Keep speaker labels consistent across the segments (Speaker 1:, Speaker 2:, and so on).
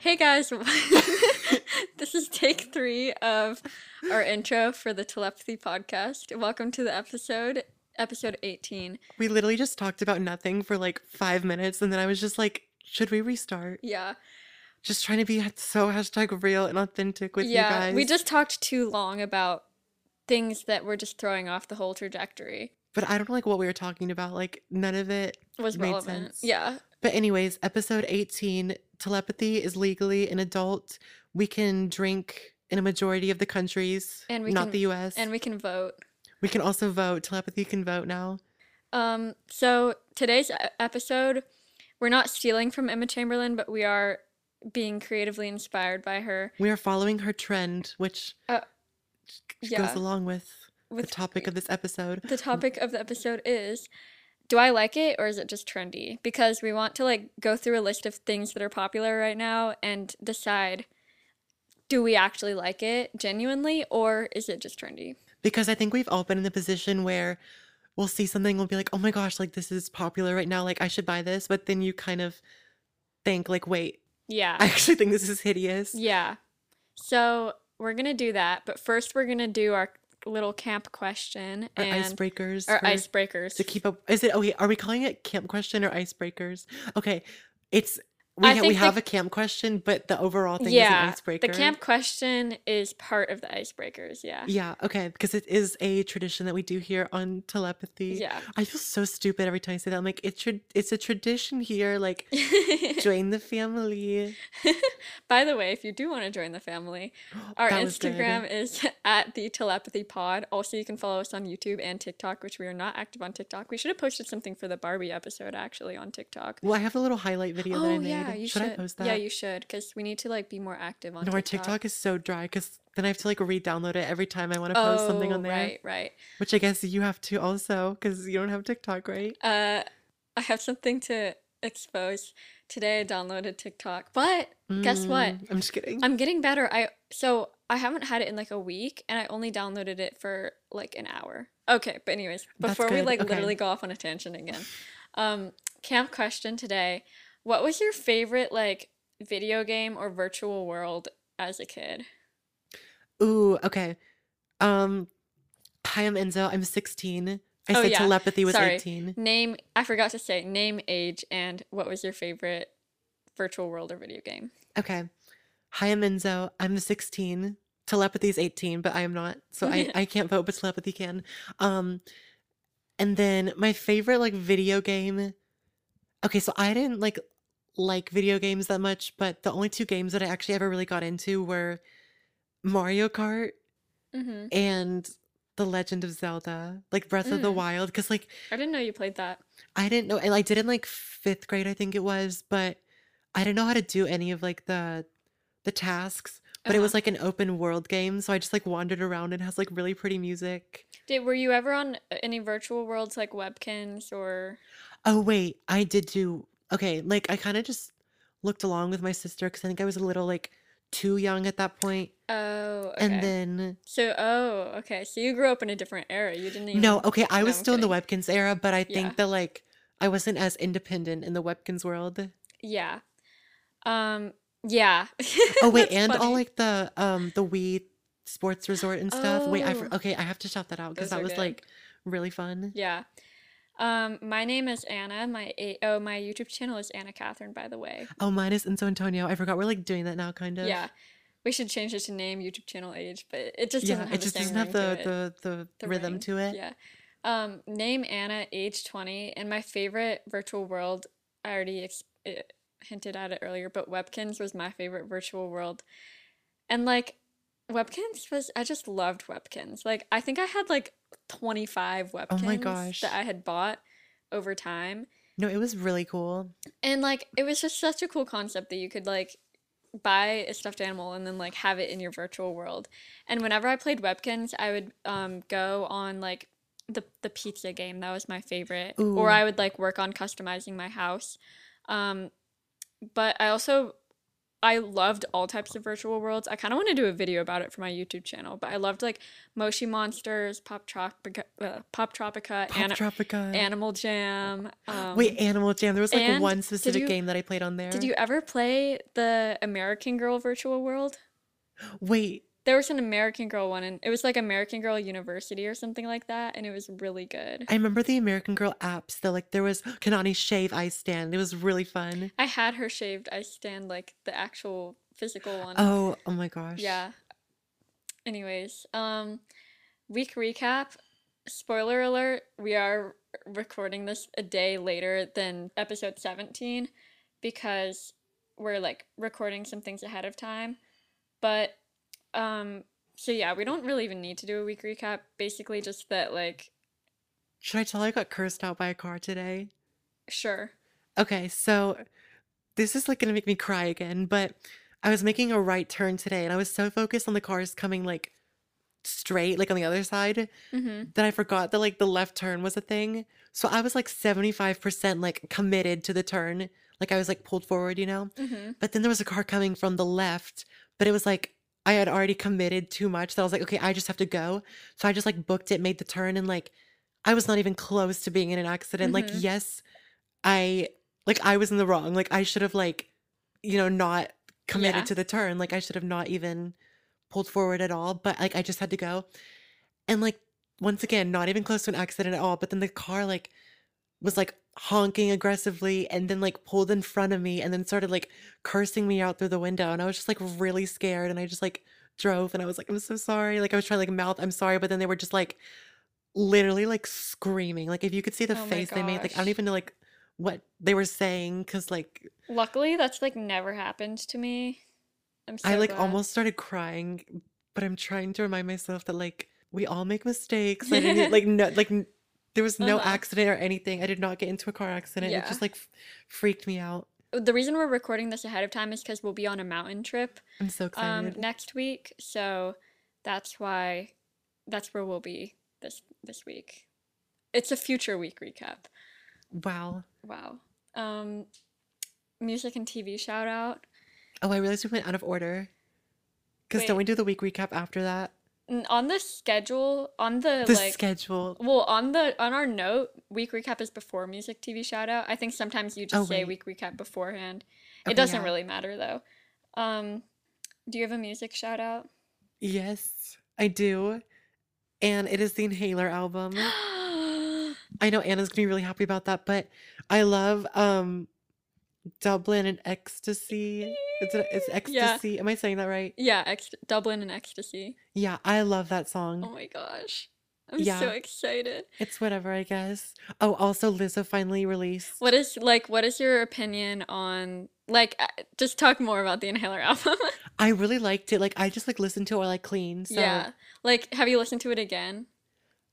Speaker 1: Hey guys, this is take three of our intro for the telepathy podcast. Welcome to the episode, episode 18.
Speaker 2: We literally just talked about nothing for like five minutes, and then I was just like, should we restart?
Speaker 1: Yeah,
Speaker 2: Just trying to be so hashtag real and authentic with you
Speaker 1: yeah,
Speaker 2: guys.
Speaker 1: we just talked too long about things that were just throwing off the whole trajectory.
Speaker 2: but I don't know, like what we were talking about. Like none of it.
Speaker 1: Was
Speaker 2: Made
Speaker 1: relevant.
Speaker 2: sense.
Speaker 1: Yeah,
Speaker 2: But anyways, episode eighteen, telepathy is legally an adult. We can drink in a majority of the countries,
Speaker 1: And we
Speaker 2: not
Speaker 1: can-
Speaker 2: the U.S.
Speaker 1: and we can vote.
Speaker 2: we can also vote. Telepathy can vote now.
Speaker 1: Um, so today's e- episode, we're not stealing from Emma Chamberlain, but we are being creatively inspired by her
Speaker 2: We are following her trend, which
Speaker 1: Uh, yeah.
Speaker 2: goes along with,
Speaker 1: with
Speaker 2: the topic of this episode.
Speaker 1: the topic of the episode is do I like it or is it just trendy? Because we want to like go through a list of things that are popular right now and decide do we actually like it genuinely or is it just trendy?
Speaker 2: because I think we've all been in the position where we'll see something, we'll be like, oh my gosh, like this is popular right now, like I should buy this. But then you kind of think, like, wait, I
Speaker 1: Yeah.
Speaker 2: actually think this is hideous.
Speaker 1: Yeah. So we're going to do that, but first we're going to do our little camp question
Speaker 2: Or
Speaker 1: and
Speaker 2: icebreakers.
Speaker 1: our
Speaker 2: for-
Speaker 1: icebreakers.
Speaker 2: To keep up. Is it, okay, are we calling it camp question or icebreakers? Okay. It's, we,
Speaker 1: I
Speaker 2: ha-
Speaker 1: think
Speaker 2: we
Speaker 1: the-
Speaker 2: have a camp question, but the overall thing is an
Speaker 1: yeah.
Speaker 2: icebreaker.
Speaker 1: The camp question is part of the icebreakers, yeah.
Speaker 2: Yeah. Okay. Because it is a tradition that we do here on telepathy.
Speaker 1: Yeah.
Speaker 2: I feel so stupid every time I say that. I'm like, it's, tra- it's a tradition here. Like, join the family.
Speaker 1: By the way, if you do want to join the family, Our
Speaker 2: That was good.
Speaker 1: Instagram is at the telepathy pod. Also, you can follow us on YouTube and TikTok, which we are not active on TikTok. We should have posted something for the Barbie episode actually on TikTok.
Speaker 2: Well, I have a little highlight video that I
Speaker 1: oh
Speaker 2: made.
Speaker 1: yeah, you should.
Speaker 2: I post that?
Speaker 1: Yeah, you should, because we need to like be more active on
Speaker 2: no, our
Speaker 1: TikTok.
Speaker 2: TikTok is so dry because then I have to like re-download it every time I want to post something on
Speaker 1: Oh,
Speaker 2: there.
Speaker 1: Right, right.
Speaker 2: Which I guess you have to also because you don't have TikTok, right?
Speaker 1: Uh, I have something to expose today. I downloaded TikTok, but guess what?
Speaker 2: Mm, I'm just kidding.
Speaker 1: I'm getting better. I so I haven't had it in like a week and I only downloaded it for like an hour. Okay, but anyways,
Speaker 2: That's
Speaker 1: before we
Speaker 2: good,
Speaker 1: like
Speaker 2: okay.
Speaker 1: literally go off on a tangent again. Um camp question today. What was your favorite like video game or virtual world as a kid?
Speaker 2: Ooh, okay. Um, hi, I'm Enzo. I'm 16. I
Speaker 1: Oh,
Speaker 2: said
Speaker 1: yeah.
Speaker 2: telepathy was
Speaker 1: Sorry.
Speaker 2: 18.
Speaker 1: Name I forgot to say name, age, and what was your favorite virtual world or video game?
Speaker 2: Okay. Hi, I'm Enzo. I'm 16. Telepathy is 18, but I am not. So I, I can't vote, but telepathy can. Um, and then my favorite like video game. Okay, so I didn't like like video games that much, but the only two games that I actually ever really got into were Mario Kart
Speaker 1: Mm-hmm.
Speaker 2: and The Legend of Zelda, like Breath of the
Speaker 1: Mm.
Speaker 2: Wild, because like
Speaker 1: I didn't know you played that.
Speaker 2: I didn't know, and I did in like fifth grade, I think it was, but I didn't know how to do any of like the the tasks. But
Speaker 1: Uh-huh.
Speaker 2: it was like an open world game, so I just like wandered around and has like really pretty music.
Speaker 1: Did were you ever on any virtual worlds like Webkins or
Speaker 2: Oh wait, I did do okay. Like I kind of just looked along with my sister because I think I was a little like too young at that point.
Speaker 1: Oh, okay.
Speaker 2: And then
Speaker 1: So, oh, okay. So you grew up in a different era. You didn't even.
Speaker 2: no, oh okay, I
Speaker 1: No,
Speaker 2: was
Speaker 1: I'm
Speaker 2: still in the Webkins era, but I
Speaker 1: Yeah.
Speaker 2: think that like I wasn't as independent in the Webkins world.
Speaker 1: Yeah. Um. Yeah.
Speaker 2: Oh wait,
Speaker 1: That's
Speaker 2: and all
Speaker 1: funny.
Speaker 2: like the um the Wii sports resort and stuff. Wait, I fr-
Speaker 1: Oh.
Speaker 2: okay, I have to shout that out because
Speaker 1: Those are
Speaker 2: that was
Speaker 1: good.
Speaker 2: like really fun.
Speaker 1: Yeah. Um. My name is Anna. My a- oh, my YouTube channel is Anna Catherine. By the way.
Speaker 2: Oh, mine is Enzo Antonio. I forgot we're like doing that now, kind of.
Speaker 1: Yeah. We should change it to name YouTube channel age, but it just doesn't
Speaker 2: yeah.
Speaker 1: have
Speaker 2: It
Speaker 1: the
Speaker 2: just
Speaker 1: same
Speaker 2: doesn't have
Speaker 1: ring
Speaker 2: the
Speaker 1: to it.
Speaker 2: the, the
Speaker 1: The
Speaker 2: rhythm
Speaker 1: ring.
Speaker 2: to it.
Speaker 1: Yeah. Um. Name Anna, age twenty, and my favorite virtual world. I already ex- eh, hinted at it earlier, but Webkins was my favorite virtual world, and like Webkins was I just loved Webkins. Like I think I had like twenty five Webkins
Speaker 2: Oh gosh.
Speaker 1: that I had bought over time,
Speaker 2: No, it was really cool.
Speaker 1: and like it was just such a cool concept that you could like buy a stuffed animal and then like have it in your virtual world. And whenever I played Webkins, I would um go on like the the pizza game. That was my favorite. Or
Speaker 2: Ooh.
Speaker 1: I would like work on customizing my house. Um but I also I loved all types of virtual worlds. I kind of want to do a video about it for my YouTube channel, but I loved like Moshi Monsters, Pop Tropica, uh, Pop Tropica,
Speaker 2: Pop
Speaker 1: Ana-
Speaker 2: Tropica.
Speaker 1: Animal Jam. Um,
Speaker 2: Wait, Animal Jam. There was like
Speaker 1: and
Speaker 2: one
Speaker 1: did
Speaker 2: specific
Speaker 1: you-
Speaker 2: game that I played on there.
Speaker 1: did you ever play the American Girl virtual world?
Speaker 2: Wait,
Speaker 1: There was an American Girl one, and it was like American Girl University or something like that, and it was really good.
Speaker 2: I remember the American Girl apps. That like there was Kanani Shave Ice Stand. It was really fun.
Speaker 1: I had her shaved. I stand like the actual physical one.
Speaker 2: Oh, oh my gosh.
Speaker 1: Yeah. Anyways, um, week recap. Spoiler alert: We are recording this a day later than episode seventeen because we're like recording some things ahead of time. But um, so yeah, we don't really even need to do a week recap. Basically, just that like
Speaker 2: Should I tell I got cursed out by a car today?
Speaker 1: sure.
Speaker 2: Okay, so this is like gonna make me cry again, but I was making a right turn today and I was so focused on the cars coming like straight, like on the other side,
Speaker 1: Mm-hmm.
Speaker 2: that I forgot that like the left turn was a thing. So I was like 75% like committed to the turn. Like I was like pulled forward, you know?
Speaker 1: Mm-hmm.
Speaker 2: But then there was a car coming from the left, but it was like I had already committed too much that I was like, okay, I just have to go. So I just like booked it, made the turn, and like I was not even close to being in an accident. Like,
Speaker 1: Mhm.
Speaker 2: yes, I like I was in the wrong. Like I should have like, you know, not committed
Speaker 1: Yeah.
Speaker 2: to the turn. Like I should have not even pulled forward at all. But like I just had to go. And like once again, not even close to an accident at all. But then the car like was like honking aggressively and then like pulled in front of me and then started like cursing me out through the window and I was just like really scared and I just like drove and I was like I'm so sorry like I was trying to like mouth I'm sorry but then they were just like literally like screaming like if you could see the
Speaker 1: Oh my
Speaker 2: face they made like I don't
Speaker 1: gosh.
Speaker 2: even know like what they were saying cuz like
Speaker 1: Luckily, that's like never happened to me. I'm so
Speaker 2: I like
Speaker 1: glad.
Speaker 2: almost started crying but I'm trying to remind myself that like we all make mistakes I didn't e, like no like n- there was no
Speaker 1: Uh-huh.
Speaker 2: accident or anything I did not get into a car accident it
Speaker 1: Yeah.
Speaker 2: just like f- freaked me out
Speaker 1: the reason we're recording this ahead of time is because we'll be on a mountain trip
Speaker 2: I'm so
Speaker 1: um,
Speaker 2: excited
Speaker 1: next week. So that's why that's where we'll be this this week. It's a future week recap.
Speaker 2: wow
Speaker 1: Wow. Um, music and TV shout out.
Speaker 2: Oh, I realized we went out of order. Because don't
Speaker 1: Wait.
Speaker 2: we do the week recap after that?
Speaker 1: N- On the schedule, on the,
Speaker 2: The
Speaker 1: like
Speaker 2: schedule.
Speaker 1: well, on the on our note, week recap is before music TV shout out. I think sometimes you just
Speaker 2: Oh,
Speaker 1: say
Speaker 2: wait.
Speaker 1: week recap beforehand.
Speaker 2: Okay,
Speaker 1: it doesn't
Speaker 2: yeah.
Speaker 1: really matter though. Um, do you have a music shout out?
Speaker 2: Yes, I do. And it is the Inhaler album. I know Anna's gonna be really happy about that, but I love um Dublin and Ecstasy. It's, it's
Speaker 1: Yeah.
Speaker 2: Ecstasy. Am I saying that right?
Speaker 1: Yeah, ex- Dublin and Ecstasy.
Speaker 2: Yeah, I love that
Speaker 1: Oh
Speaker 2: song.
Speaker 1: my gosh. I'm so
Speaker 2: Mm. Yeah.
Speaker 1: excited.
Speaker 2: It's whatever, I guess. Oh, also Lizzo finally released.
Speaker 1: What is like what is your opinion on like uh, just talk more about the Inhaler album?
Speaker 2: I really liked it. Like I just like listened to it while I clean. So
Speaker 1: yeah. Like have you listened to it again?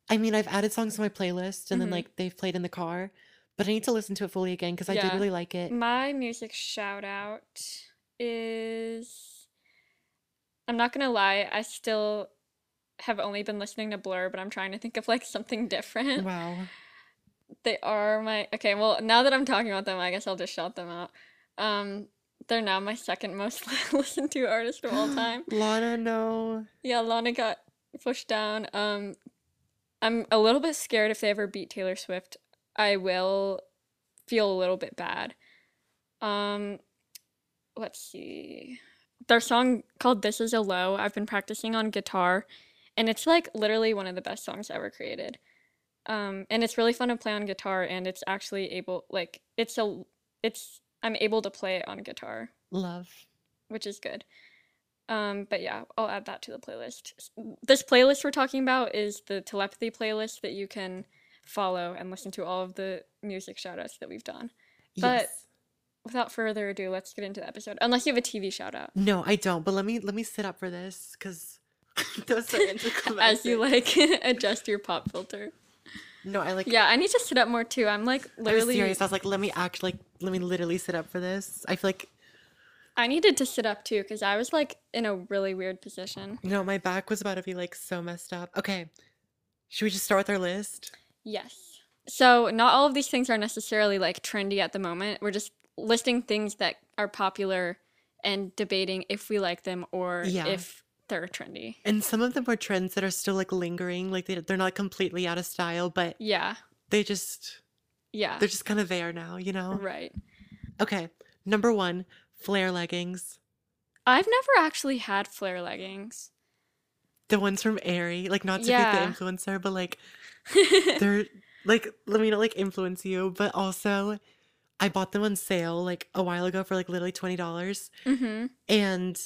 Speaker 2: I mean, I've added songs to my playlist and then
Speaker 1: Mhm.
Speaker 2: like they've played in the car, but I need to listen to it fully again because I did
Speaker 1: Yeah.
Speaker 2: really like it.
Speaker 1: My music shout out is I'm not going to lie, I still have only been listening to Blur, but I'm trying to think of like something different.
Speaker 2: Wow.
Speaker 1: They are my okay. Well, now that I'm talking about them, I guess I'll just shout them out. Um, they're now my second most listened to artist of all time.
Speaker 2: Lana, no.
Speaker 1: Yeah, Lana got pushed down. Um, I'm a little bit scared if they ever beat Taylor Swift. I will feel a little bit bad. Um, let's see. Their song called "This Is a Low." I've been practicing on guitar, and it's like literally one of the best songs ever created. Um, and it's really fun to play on guitar, and it's actually able like it's a it's I'm able to play it on guitar
Speaker 2: Love.
Speaker 1: which is good. Um, but yeah, I'll add that to the playlist. S- This playlist we're talking about is the telepathy playlist that you can follow and listen to all of the music shout outs that we've done. But-
Speaker 2: yes.
Speaker 1: Without further ado, let's get into the episode. Unless you have a TV shout out.
Speaker 2: No, I don't. But let me let me sit up for this because that was so anticlimactic.
Speaker 1: As you like adjust your pop filter.
Speaker 2: No, I like.
Speaker 1: Yeah, I need to sit up more too. I'm like
Speaker 2: I was
Speaker 1: literally
Speaker 2: serious. I was like, let me act like let me literally sit up for this. I feel like
Speaker 1: I needed to sit up too because I was like in a really weird position.
Speaker 2: no, my back was about to be like so messed up. Okay, should we just start with our list?
Speaker 1: Yes. So, not all of these things are necessarily like trendy at the moment. We're just listing things that are popular and debating if we like them or
Speaker 2: Yeah.
Speaker 1: if they're trendy.
Speaker 2: And some of them were trends that are still like lingering, like they, they're not completely out of style, but
Speaker 1: Yeah.
Speaker 2: they just
Speaker 1: Yeah. Mm-hmm.
Speaker 2: they're just kind of there now, you know.
Speaker 1: Right.
Speaker 2: Okay, number one, flare leggings,
Speaker 1: I've never actually had flare leggings.
Speaker 2: the ones from Aerie, like not to
Speaker 1: Yeah.
Speaker 2: be the influencer, but like they're like let me not like influence you, but also I bought them on sale like a while ago for like literally twenty dollars,
Speaker 1: hmm
Speaker 2: and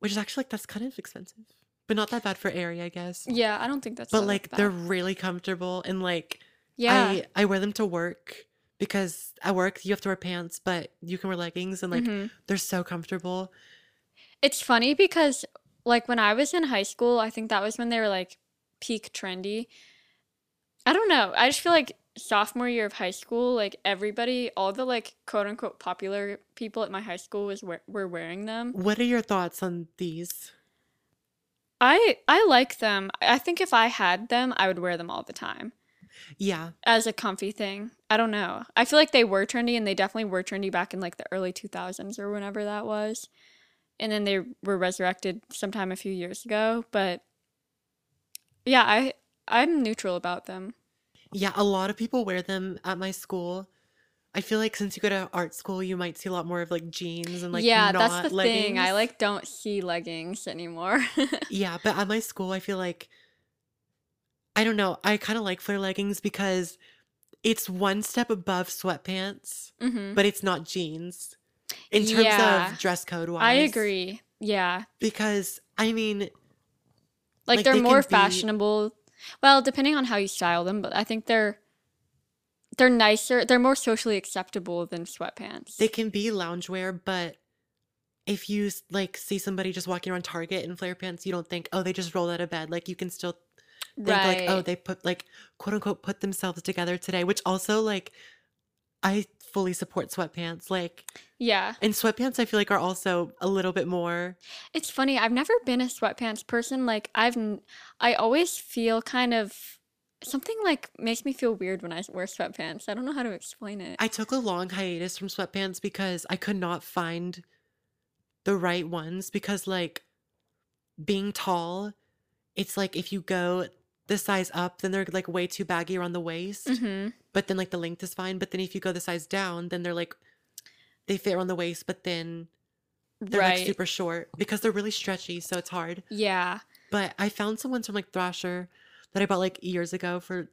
Speaker 2: which is actually like that's kind of expensive, but not that bad for Aerie, I guess.
Speaker 1: Yeah, I don't think that's
Speaker 2: But
Speaker 1: that
Speaker 2: like
Speaker 1: bad.
Speaker 2: they're really comfortable and like
Speaker 1: yeah.
Speaker 2: I, I wear them to work because at work you have to wear pants, but you can wear leggings and like
Speaker 1: mhm.
Speaker 2: they're so comfortable.
Speaker 1: It's funny because like when I was in high school, I think that was when they were like peak trendy. I don't know. I just feel like sophomore year of high school, like everybody, all the like quote unquote popular people at my high school was wear- were wearing them.
Speaker 2: What are your thoughts on these?
Speaker 1: I I like them. I think if I had them, I would wear them all the time
Speaker 2: Yeah.
Speaker 1: as a comfy thing. I don't know. I feel like they were trendy and they definitely were trendy back in like the early 2000s or whenever that was. And then they were resurrected sometime a few years ago, but yeah, I I'm neutral about them.
Speaker 2: Yeah, a lot of people wear them at my school. I feel like since you go to art school, you might see a lot more of like jeans and like
Speaker 1: yeah,
Speaker 2: not
Speaker 1: that's the
Speaker 2: leggings.
Speaker 1: thing. I like don't see leggings anymore.
Speaker 2: Yeah, but at my school, I feel like I don't know. I kind of like flare leggings because it's one step above sweatpants,
Speaker 1: hmm
Speaker 2: but it's not jeans in terms
Speaker 1: Yeah.
Speaker 2: of dress code wise.
Speaker 1: I agree. Yeah.
Speaker 2: because I mean,
Speaker 1: Like,
Speaker 2: Like,
Speaker 1: they're
Speaker 2: they can
Speaker 1: more
Speaker 2: be-
Speaker 1: fashionable. Well, depending on how you style them, but I think they're they're nicer. They're more socially acceptable than sweatpants.
Speaker 2: they can be loungewear, but if you s- like see somebody just walking around Target in flare pants, you don't think, oh, they just rolled out of bed. Like you can still think like, oh, they put like quote unquote put themselves together today, which also like I fully support sweatpants. Like
Speaker 1: yeah.
Speaker 2: and sweatpants I feel like are also a little bit more
Speaker 1: It's funny. I've never been a sweatpants person. Like I've n- I always feel kind of something like makes me feel weird when I wear sweatpants. I don't know how to explain it.
Speaker 2: I took a long hiatus from sweatpants because I could not find the right ones because like being tall, it's like if you go the size up, then they're like way too baggy around the waist,
Speaker 1: hmm
Speaker 2: but then like the length is fine, but then if you go the size down, then they're like they fit around the waist, but then they're
Speaker 1: Right.
Speaker 2: like super short because they're really stretchy, so it's hard.
Speaker 1: yeah.
Speaker 2: But I found some ones from like Thrasher that I bought like years ago for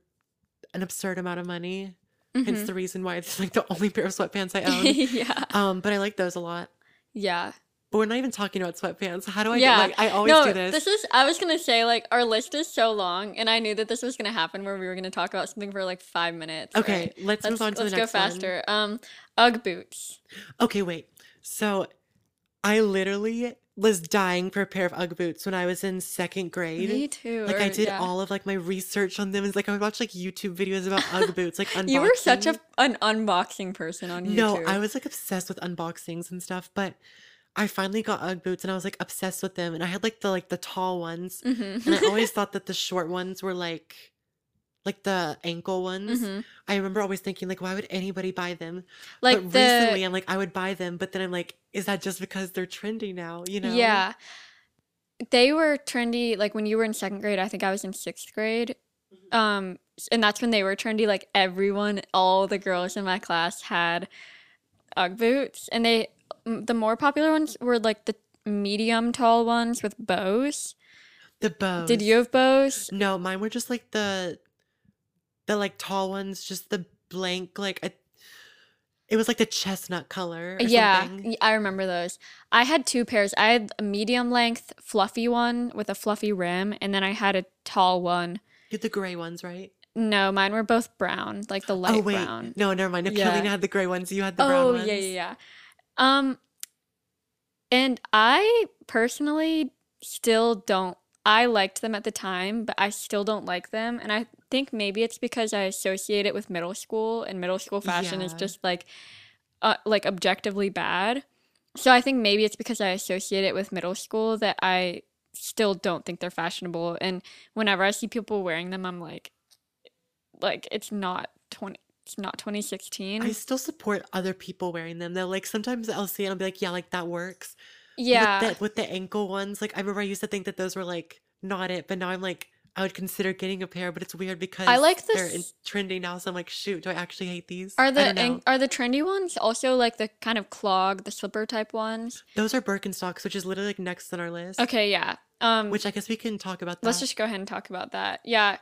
Speaker 2: an absurd amount of money. Hence
Speaker 1: Mhm.
Speaker 2: the reason why it's like the only pair of sweatpants I own.
Speaker 1: yeah.
Speaker 2: Um, but I like those a lot.
Speaker 1: Yeah.
Speaker 2: But we're not even talking about sweatpants. How do I
Speaker 1: Yeah.
Speaker 2: get like I always
Speaker 1: No,
Speaker 2: do this.
Speaker 1: this is I was gonna say like our list is so long, and I knew that this was gonna happen where we were gonna talk about something for like five minutes.
Speaker 2: okay,
Speaker 1: right?
Speaker 2: let's,
Speaker 1: Let's,
Speaker 2: move on to
Speaker 1: let's
Speaker 2: the
Speaker 1: go
Speaker 2: next one.
Speaker 1: faster. Um, UGG boots.
Speaker 2: Okay, wait. So I literally was dying for a pair of UGG boots when I was in second grade.
Speaker 1: Me too.
Speaker 2: Like I
Speaker 1: or-
Speaker 2: did
Speaker 1: yeah.
Speaker 2: all of like my research on them. It's like I would watch like YouTube videos about UGG boots, like unboxing.
Speaker 1: You were such a an unboxing person on YouTube.
Speaker 2: No, I was like obsessed with unboxings and stuff, but I finally got UGG boots and I was like obsessed with them. And I had like the like the tall ones. And I
Speaker 1: Mhm.
Speaker 2: always thought that the short ones were like like the ankle ones.
Speaker 1: Mhm.
Speaker 2: I remember always thinking like why would anybody buy them?
Speaker 1: Like
Speaker 2: but
Speaker 1: the
Speaker 2: recently I'm like I would buy them, but then I'm like is that just because they're trendy now, you know?
Speaker 1: yeah, they were trendy. Like when you were in second grade, I think I was in sixth grade.
Speaker 2: Mm-hmm.
Speaker 1: Um, s- and that's when they were trendy. Like everyone, all the girls in my class had UGG boots, and they m- the more popular ones were like the medium tall ones with bows.
Speaker 2: The bows.
Speaker 1: Did you have bows?
Speaker 2: No, mine were just like the the like tall ones, just the blank like I, it was like the chestnut color or
Speaker 1: Uh, Yeah,
Speaker 2: something.
Speaker 1: y- I remember those. I had two pairs. I had a medium length, fluffy one with a fluffy rim, and then I had a tall one.
Speaker 2: You had the gray ones, right?
Speaker 1: No, mine were both brown, like the light
Speaker 2: oh wait,
Speaker 1: brown.
Speaker 2: no, never mind. No,
Speaker 1: Yeah.
Speaker 2: Carolina had the gray ones. You had the brown
Speaker 1: Oh
Speaker 2: ones.
Speaker 1: yeah, yeah, yeah. Um, and I personally still don't. I liked them at the time, but I still don't like them. And I think maybe it's because I associate it with middle school, and middle school fashion is
Speaker 2: Yeah.
Speaker 1: just like, uh, like objectively bad. So I think maybe it's because I associate it with middle school that I still don't think they're fashionable. And whenever I see people wearing them, I'm like, like it's not 20, It's not 2016.
Speaker 2: I still support other people wearing them though. Like sometimes I'll see it and I'll be like, yeah, like that works.
Speaker 1: yeah.
Speaker 2: With the, with the ankle ones, like I remember I used to think that those were like not it, but now I'm like, I would consider getting a pair, but it's weird because
Speaker 1: like
Speaker 2: they're in
Speaker 1: this-
Speaker 2: trendy now. So I'm like, shoot, do I actually hate these? I
Speaker 1: are the
Speaker 2: don't know.
Speaker 1: an- are the trendy ones also like the kind of clog, the slipper type ones?
Speaker 2: Those are Birkenstocks, which is literally like next on our list.
Speaker 1: Okay, yeah. Um
Speaker 2: Which I guess we can talk about. That.
Speaker 1: let's just go ahead and talk about that. Yeah.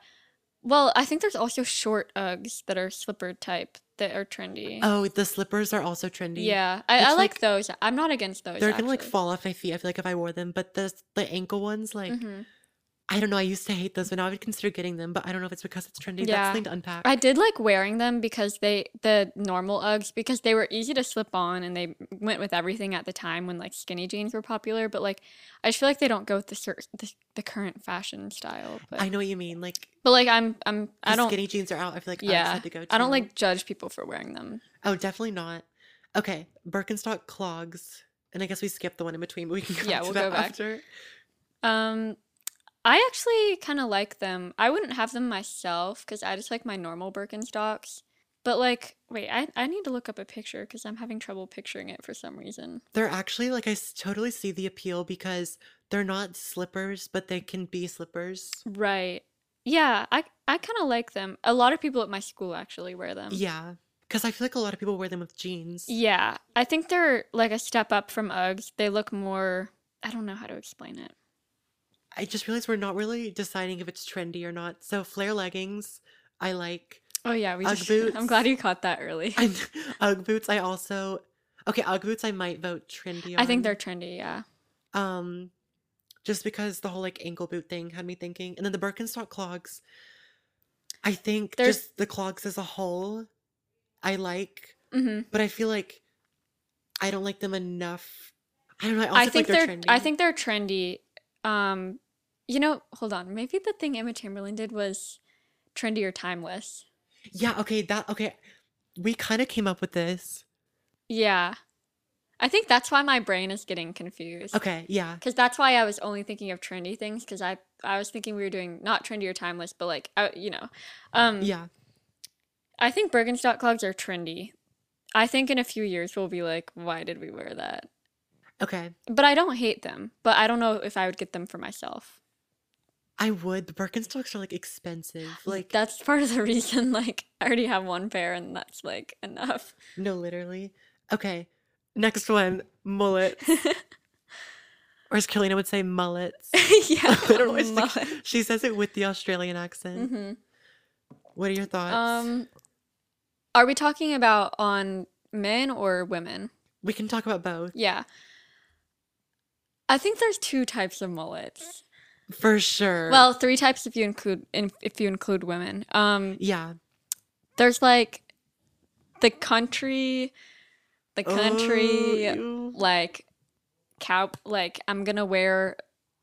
Speaker 1: Well, I think there's also short Uggs that are slipper type that are trendy.
Speaker 2: Oh, the slippers are also trendy.
Speaker 1: yeah, I,
Speaker 2: which,
Speaker 1: I like,
Speaker 2: like,
Speaker 1: those. I'm not against those.
Speaker 2: They're gonna like
Speaker 1: actually.
Speaker 2: fall off my feet. I feel like if I wore them, but the the ankle ones, like
Speaker 1: Mhm.
Speaker 2: I don't know. I used to hate those, but now I would consider getting them. But I don't know if it's because it's trendy.
Speaker 1: Yeah.
Speaker 2: That's something to unpack.
Speaker 1: I did like wearing them because they the normal Uggs because they were easy to slip on and they went with everything at the time when like skinny jeans were popular. But like, I just feel like they don't go with the cer- the, the current fashion style. But,
Speaker 2: I know what you mean. Like
Speaker 1: but like I'm I'm I
Speaker 2: the
Speaker 1: don't
Speaker 2: skinny jeans are out. I feel like I
Speaker 1: Yeah.
Speaker 2: just had to go.
Speaker 1: I don't
Speaker 2: too.
Speaker 1: like judge people for wearing them.
Speaker 2: Oh, definitely not. Okay, Birkenstock clogs, and I guess we skipped the one in between, but we can go
Speaker 1: Yeah,
Speaker 2: to
Speaker 1: we'll
Speaker 2: that
Speaker 1: go back.
Speaker 2: after.
Speaker 1: Um, I actually kind of like them. I wouldn't have them myself because I just like my normal Birkenstocks. But like, wait, I, I need to look up a picture because I'm having trouble picturing it for some reason.
Speaker 2: They're actually like I s- totally see the appeal because they're not slippers, but they can be slippers.
Speaker 1: Right. Yeah, I I kind of like them. A lot of people at my school actually wear them.
Speaker 2: Yeah, because I feel like a lot of people wear them with jeans.
Speaker 1: Yeah, I think they're like a step up from Uggs. They look more, I don't know how to explain it.
Speaker 2: I just realized we're not really deciding if it's trendy or not. So flare leggings, I like.
Speaker 1: Oh yeah, we
Speaker 2: Ugg
Speaker 1: just, I'm
Speaker 2: boots.
Speaker 1: glad you caught that early.
Speaker 2: And UGG boots, I also. Okay, UGG boots, I might vote trendy.
Speaker 1: I think
Speaker 2: on.
Speaker 1: they're trendy, yeah.
Speaker 2: um, just because the whole like ankle boot thing had me thinking, and then the Birkenstock clogs. I think
Speaker 1: There's-
Speaker 2: just the clogs as a whole, I like,
Speaker 1: Mhm.
Speaker 2: but I feel like I don't like them enough. I don't know. I, also
Speaker 1: I
Speaker 2: feel
Speaker 1: think
Speaker 2: like they're,
Speaker 1: they're, I
Speaker 2: trendy.
Speaker 1: think they're trendy. Um, you know, hold on. Maybe the thing Emma Chamberlain did was trendy or timeless.
Speaker 2: yeah. Okay, that okay. We kind of came up with this.
Speaker 1: Yeah, I think that's why my brain is getting confused.
Speaker 2: Okay, yeah.
Speaker 1: Because that's why I was only thinking of trendy things. Because I I was thinking we were doing not trendy or timeless, but like I, you know, um,
Speaker 2: Yeah.
Speaker 1: I think Birkenstock clogs are trendy. I think in a few years we'll be like, why did we wear that?
Speaker 2: Okay.
Speaker 1: But I don't hate them. But I don't know if I would get them for myself.
Speaker 2: I would. The Birkenstocks are like expensive. Like
Speaker 1: that's part of the reason like i already have one pair and that's like enough
Speaker 2: no, literally. Okay. Next one, mullet. Or as Kalina would say, mullets.
Speaker 1: yeah
Speaker 2: I don't know why
Speaker 1: a
Speaker 2: she's like-
Speaker 1: mullet.
Speaker 2: She says it with the Australian accent.
Speaker 1: Mhm.
Speaker 2: What are your thoughts?
Speaker 1: um are we talking about on men or women
Speaker 2: we can talk about both
Speaker 1: yeah i think there's two types of mullets
Speaker 2: for sure.
Speaker 1: well three types if you include in, if you include women um
Speaker 2: yeah.
Speaker 1: there's like the country the country
Speaker 2: Oh, ew.
Speaker 1: like cow like I'm gonna wear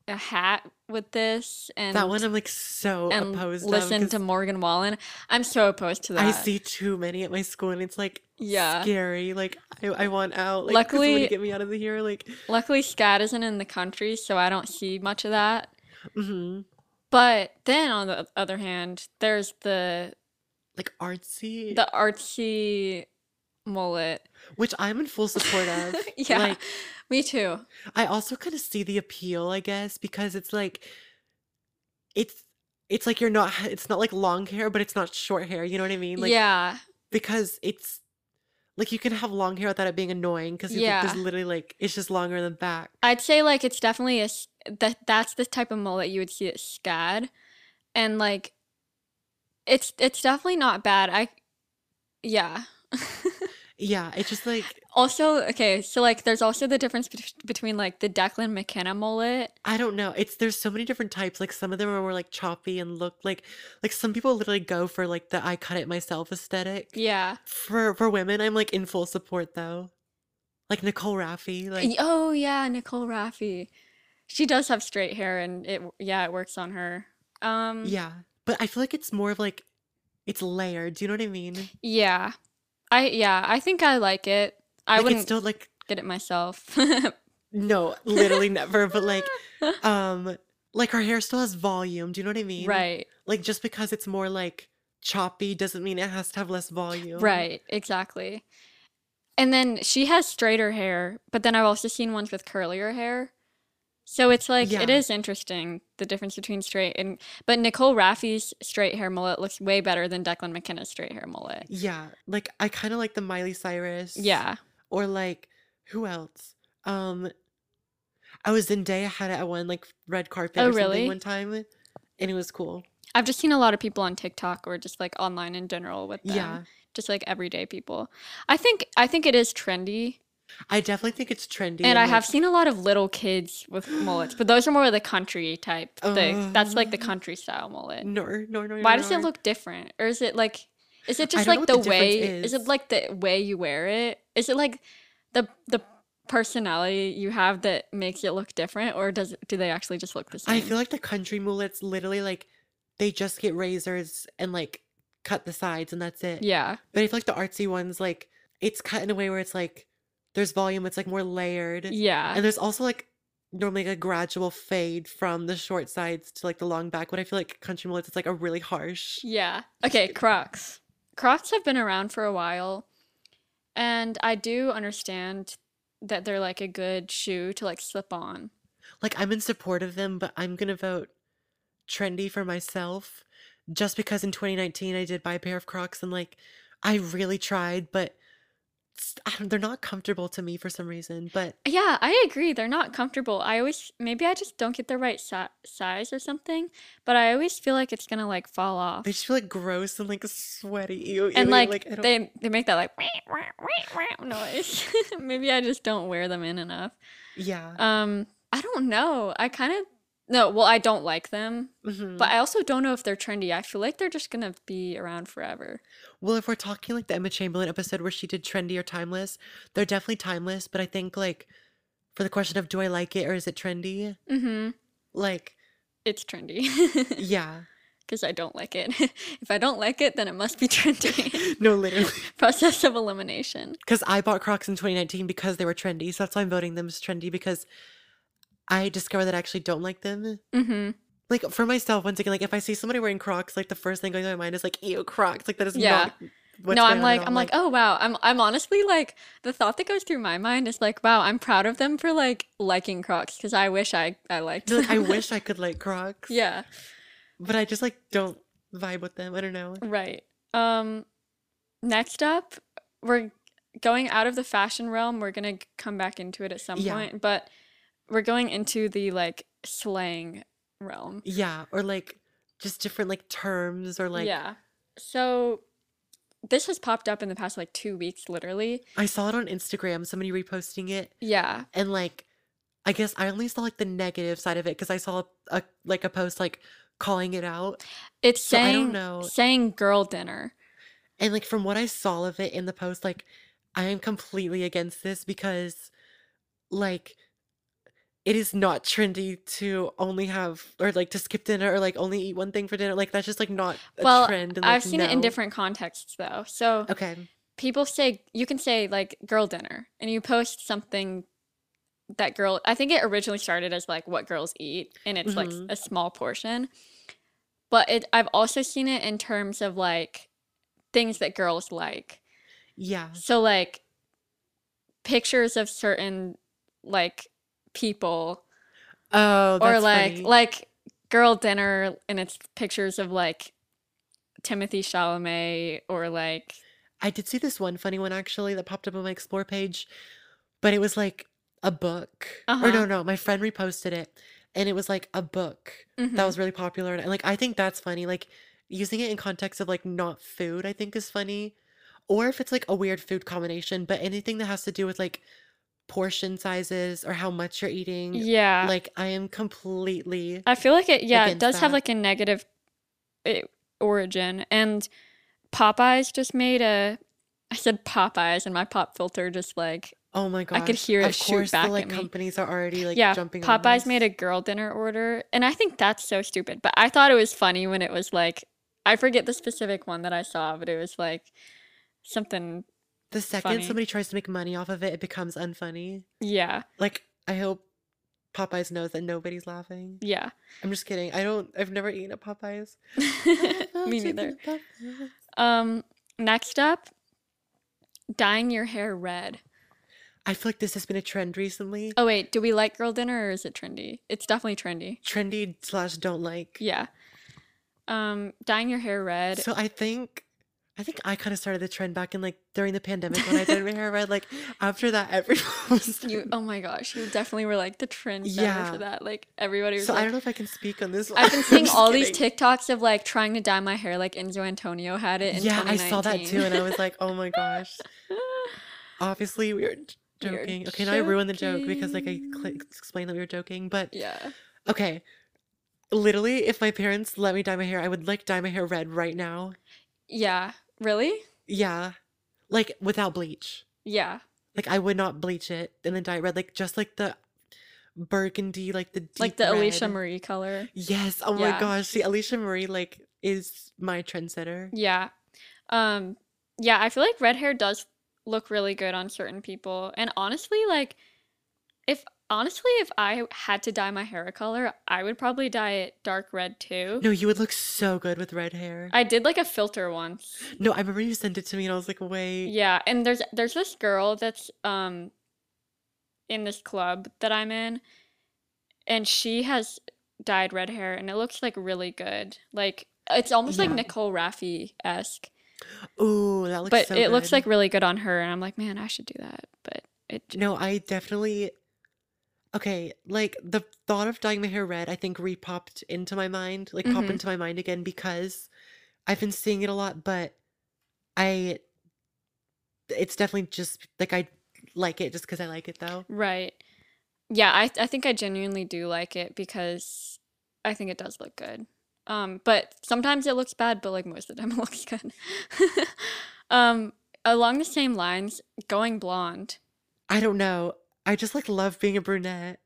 Speaker 1: a hat with this and
Speaker 2: that one I'm like so
Speaker 1: and
Speaker 2: opposed. of,
Speaker 1: listen
Speaker 2: 'cause
Speaker 1: to Morgan Wallen. I'm so opposed to that.
Speaker 2: I see too many at my school, and it's like
Speaker 1: Yeah.
Speaker 2: scary. Like I, I want out. Like, Luckily,
Speaker 1: Luckily-
Speaker 2: to get me out of here. Like,
Speaker 1: Luckily, scat isn't in the country, so I don't see much of that.
Speaker 2: mhm.
Speaker 1: But then on the other hand, there's the
Speaker 2: like artsy,
Speaker 1: the artsy mullet.
Speaker 2: which I'm in full support of.
Speaker 1: Yeah,
Speaker 2: Like,
Speaker 1: me too.
Speaker 2: I also kind of see the appeal, I guess, because it's like it's it's like you're not it's not like long hair, but it's not short hair, you know what I mean? Like
Speaker 1: yeah,
Speaker 2: because it's like you can have long hair without it being annoying because there's
Speaker 1: Yeah.
Speaker 2: literally like it's just longer than back.
Speaker 1: I'd say like it's definitely a s- that that's the type of mullet you would see at SCAD, and like it's it's definitely not bad. I yeah.
Speaker 2: Yeah, it's just like
Speaker 1: also, okay, so like there's also the difference bet- between like the Declan McKenna mullet.
Speaker 2: I don't know. It's there's so many different types. Like some of them are more like choppy and look like like some people literally go for like the I cut it myself aesthetic.
Speaker 1: Yeah.
Speaker 2: For for women, I'm like in full support though. Like Nicole Raffi, like
Speaker 1: Y- oh yeah, Nicole Raffi. She does have straight hair and it yeah, it works on her. Um
Speaker 2: Yeah, but I feel like it's more of like it's layered. Do you know what I mean?
Speaker 1: yeah. I yeah, I think I like it. I
Speaker 2: like
Speaker 1: wouldn't
Speaker 2: it's still like
Speaker 1: get it myself.
Speaker 2: no, literally never. But like, um, like her hair still has volume. Do you know what I mean?
Speaker 1: right.
Speaker 2: Like just because it's more like choppy doesn't mean it has to have less volume.
Speaker 1: Right, exactly. And then she has straighter hair, but then I've also seen ones with curlier hair. So it's like it
Speaker 2: Yeah.
Speaker 1: is interesting the difference between straight and but Nicole Raffy's straight hair mullet looks way better than Declan McKenna's straight hair mullet.
Speaker 2: Yeah. Like I kind of like the Miley Cyrus.
Speaker 1: Yeah.
Speaker 2: Or like who else? Um I was Zendaya had it at one like red carpet
Speaker 1: Oh,
Speaker 2: or
Speaker 1: really?
Speaker 2: something one time and it was cool.
Speaker 1: I've just seen a lot of people on TikTok or just like online in general with them.
Speaker 2: Yeah.
Speaker 1: Just like everyday people. I think I think it is trendy.
Speaker 2: I definitely think it's trendy.
Speaker 1: And I
Speaker 2: like,
Speaker 1: have seen a lot of little kids with mullets, but those are more the country type thing. That's like the
Speaker 2: Uh,
Speaker 1: country style mullet.
Speaker 2: nor nor nor
Speaker 1: Why does it
Speaker 2: nor.
Speaker 1: look different? Or is it like is it just
Speaker 2: don't know
Speaker 1: like
Speaker 2: what
Speaker 1: the,
Speaker 2: the difference
Speaker 1: way is. it
Speaker 2: is.
Speaker 1: like the way you wear it? Is it like the the personality you have that makes it look different or does do they actually just look the same?
Speaker 2: I feel like the country mullets literally like they just get razors and like cut the sides and that's it.
Speaker 1: yeah.
Speaker 2: But I feel like the artsy ones like it's cut in a way where it's like there's volume, it's like more layered.
Speaker 1: Yeah.
Speaker 2: And there's also like normally like, a gradual fade from the short sides to like the long back. But I feel like country mullets, it's like a really harsh.
Speaker 1: Yeah. Okay, Crocs. Crocs have been around for a while, and I do understand that they're like a good shoe to like slip on.
Speaker 2: Like I'm in support of them, but I'm gonna vote trendy for myself just because in 2019 I did buy a pair of Crocs and like I really tried, but s- I don't- they're not comfortable to me for some reason. But
Speaker 1: Yeah, I agree. They're not comfortable. I always maybe I just don't get the right si- size or something, but I always feel like it's gonna like fall off.
Speaker 2: they just feel like gross and like sweaty. Ew, ew,
Speaker 1: and
Speaker 2: ew,
Speaker 1: like,
Speaker 2: I don't-
Speaker 1: they they make that like noise. maybe I just don't wear them in enough.
Speaker 2: yeah.
Speaker 1: Um, I don't know. I kind of no. Well, I don't like them.
Speaker 2: mhm.
Speaker 1: But I also don't know if they're trendy. I feel like they're just gonna be around forever.
Speaker 2: Well, if we're talking like the Emma Chamberlain episode where she did trendy or timeless, they're definitely timeless, but I think like for the question of do I like it or is it trendy?
Speaker 1: Mm-hmm.
Speaker 2: Like,
Speaker 1: It's trendy
Speaker 2: yeah.
Speaker 1: because I don't like it. if I don't like it, then it must be trendy.
Speaker 2: No, literally.
Speaker 1: Process of elimination.
Speaker 2: Because I bought Crocs in 2019 because they were trendy. So that's why I'm voting them as trendy because I discovered that I actually don't like them.
Speaker 1: Mm-hmm.
Speaker 2: Like for myself, once again, like if I see somebody wearing Crocs, like the first thing going through my mind is like, ew, Crocs. Like that is
Speaker 1: Yeah.
Speaker 2: not what's
Speaker 1: no,
Speaker 2: going
Speaker 1: I'm
Speaker 2: on at
Speaker 1: like,
Speaker 2: all.
Speaker 1: I'm like, oh wow. I'm, I'm honestly like, the thought that goes through my mind is like, wow, I'm proud of them for like liking Crocs because I wish I, I liked
Speaker 2: No,
Speaker 1: them.
Speaker 2: like, I wish I could like Crocs.
Speaker 1: "Oh." yeah.
Speaker 2: But I just like don't vibe with them. I don't know.
Speaker 1: Right. Um next up, we're going out of the fashion realm. We're going to come back into it at some
Speaker 2: Yeah.
Speaker 1: point, but we're going into the like slang realm.
Speaker 2: Yeah, or like just different like terms or like
Speaker 1: yeah. So this has popped up in the past like 2 weeks literally.
Speaker 2: I saw it on Instagram, somebody reposting it,
Speaker 1: Yeah.
Speaker 2: and like I guess I only saw like the negative side of it because I saw a like a post like calling it out.
Speaker 1: It's
Speaker 2: So I don't
Speaker 1: saying
Speaker 2: know.
Speaker 1: saying girl dinner.
Speaker 2: And like from what I saw of it in the post, like I am completely against this because like it is not trendy to only have or like to skip dinner or like only eat one thing for dinner. Like that's just like not a
Speaker 1: Well,
Speaker 2: trend. And, like,
Speaker 1: I've seen it in
Speaker 2: no.
Speaker 1: different contexts though. So
Speaker 2: Okay.
Speaker 1: people say you can say like girl dinner and you post something that girl i think it originally started as like what girls eat and it's like
Speaker 2: Mhm.
Speaker 1: a small portion but it i've also seen it in terms of like things that girls like
Speaker 2: Yeah.
Speaker 1: so like pictures of certain like people
Speaker 2: Oh,
Speaker 1: or
Speaker 2: that's
Speaker 1: like
Speaker 2: funny.
Speaker 1: like girl dinner and it's pictures of like Timothy Chalamet or like
Speaker 2: I did see this one funny one actually that popped up on my explore page, but it was like a book. Or
Speaker 1: Uh-huh.
Speaker 2: no, no, my friend reposted it and it was like a book that
Speaker 1: mhm.
Speaker 2: was really popular. And like I think that's funny. Like using it in context of like not food, I think is funny. Or if it's like a weird food combination, but anything that has to do with like portion sizes or how much you're eating,
Speaker 1: yeah
Speaker 2: like I am completely
Speaker 1: I feel like it, yeah, it
Speaker 2: against
Speaker 1: does have
Speaker 2: that.
Speaker 1: like a negative eh, origin. And Popeyes just made a. I said Popeyes, and my pop filter just like
Speaker 2: oh my
Speaker 1: I
Speaker 2: gosh.
Speaker 1: could hear it
Speaker 2: of
Speaker 1: shoot
Speaker 2: course
Speaker 1: back
Speaker 2: the like
Speaker 1: at me.
Speaker 2: companies are already like
Speaker 1: yeah.
Speaker 2: jumping on
Speaker 1: Popeyes made
Speaker 2: this.
Speaker 1: a girl dinner order, and I think that's so stupid. But I thought it was funny when it was like I forget the specific one that I saw, but it was like something.
Speaker 2: The second
Speaker 1: funny.
Speaker 2: somebody tries to make money off of it, it becomes unfunny.
Speaker 1: Yeah,
Speaker 2: Like, I hope Popeyes knows that nobody's laughing.
Speaker 1: Yeah.
Speaker 2: I'm just kidding. I don't. I've never eaten at Popeyes. Love
Speaker 1: Me
Speaker 2: chicken
Speaker 1: neither.
Speaker 2: at Popeyes.
Speaker 1: Um, next up, dyeing your hair red.
Speaker 2: I feel like this has been a trend recently.
Speaker 1: Oh wait, do we like girl dinner or is it trendy? It's definitely trendy.
Speaker 2: Trendy slash don't like.
Speaker 1: Yeah. Um, dyeing your hair red.
Speaker 2: So I think I think I kind of started the trend back in like during the pandemic when I dyed my hair red. Like after that, everyone was
Speaker 1: you oh my gosh, you definitely were like the trendsetter
Speaker 2: Yeah.
Speaker 1: for that. Like everybody was
Speaker 2: So I
Speaker 1: like,
Speaker 2: don't know if I can speak on this.
Speaker 1: I've been
Speaker 2: I'm
Speaker 1: seeing
Speaker 2: just
Speaker 1: all these
Speaker 2: kidding.
Speaker 1: TikToks of like trying to dye my hair like Enzo Antonio had it in
Speaker 2: Yeah, I saw that
Speaker 1: 2019.
Speaker 2: too, and I was like, oh my gosh. Obviously, we were j-
Speaker 1: We were
Speaker 2: joking. okay, now I ruined the joke because like I cl-
Speaker 1: joking.
Speaker 2: explained that we were joking, but
Speaker 1: yeah.
Speaker 2: okay. Literally, if my parents let me dye my hair, I would like dye my hair red right now.
Speaker 1: Yeah. Really?
Speaker 2: Yeah, like without bleach.
Speaker 1: Yeah.
Speaker 2: Like I would not bleach it and then dye it red, like just like the burgundy, like the deep
Speaker 1: like the Alicia
Speaker 2: red.
Speaker 1: Marie color.
Speaker 2: Yes. Oh my
Speaker 1: Yeah.
Speaker 2: gosh. See, Alicia Marie like is my trendsetter.
Speaker 1: Yeah. Um yeah, I feel like red hair does look really good on certain people. And honestly, like if honestly if I had to dye my hair a color, I would probably dye it dark red too.
Speaker 2: No, you would look so good with red hair.
Speaker 1: I did like a filter once.
Speaker 2: no, I remember you sent it to me and I was like, wait.
Speaker 1: Yeah, and there's there's this girl that's um in this club that I'm in and she has dyed red hair and it looks like really good. Like it's almost
Speaker 2: Yeah.
Speaker 1: like Nicole Raffi-esque.
Speaker 2: Ooh, that looks
Speaker 1: but
Speaker 2: so
Speaker 1: it looks
Speaker 2: good.
Speaker 1: like really good on her and i'm like man i should do that but it
Speaker 2: No, I definitely Okay, like the thought of dyeing my hair red, I think re-popped into my mind, like popped
Speaker 1: Mhm.
Speaker 2: into my mind again because I've been seeing it a lot, but I it's definitely just like I like it just because I like it though.
Speaker 1: right yeah I, I think i genuinely do like it because i think it does look good um but sometimes it looks bad but like most of the time it looks good um along the same lines going blonde
Speaker 2: I don't know. I just like love being a brunette.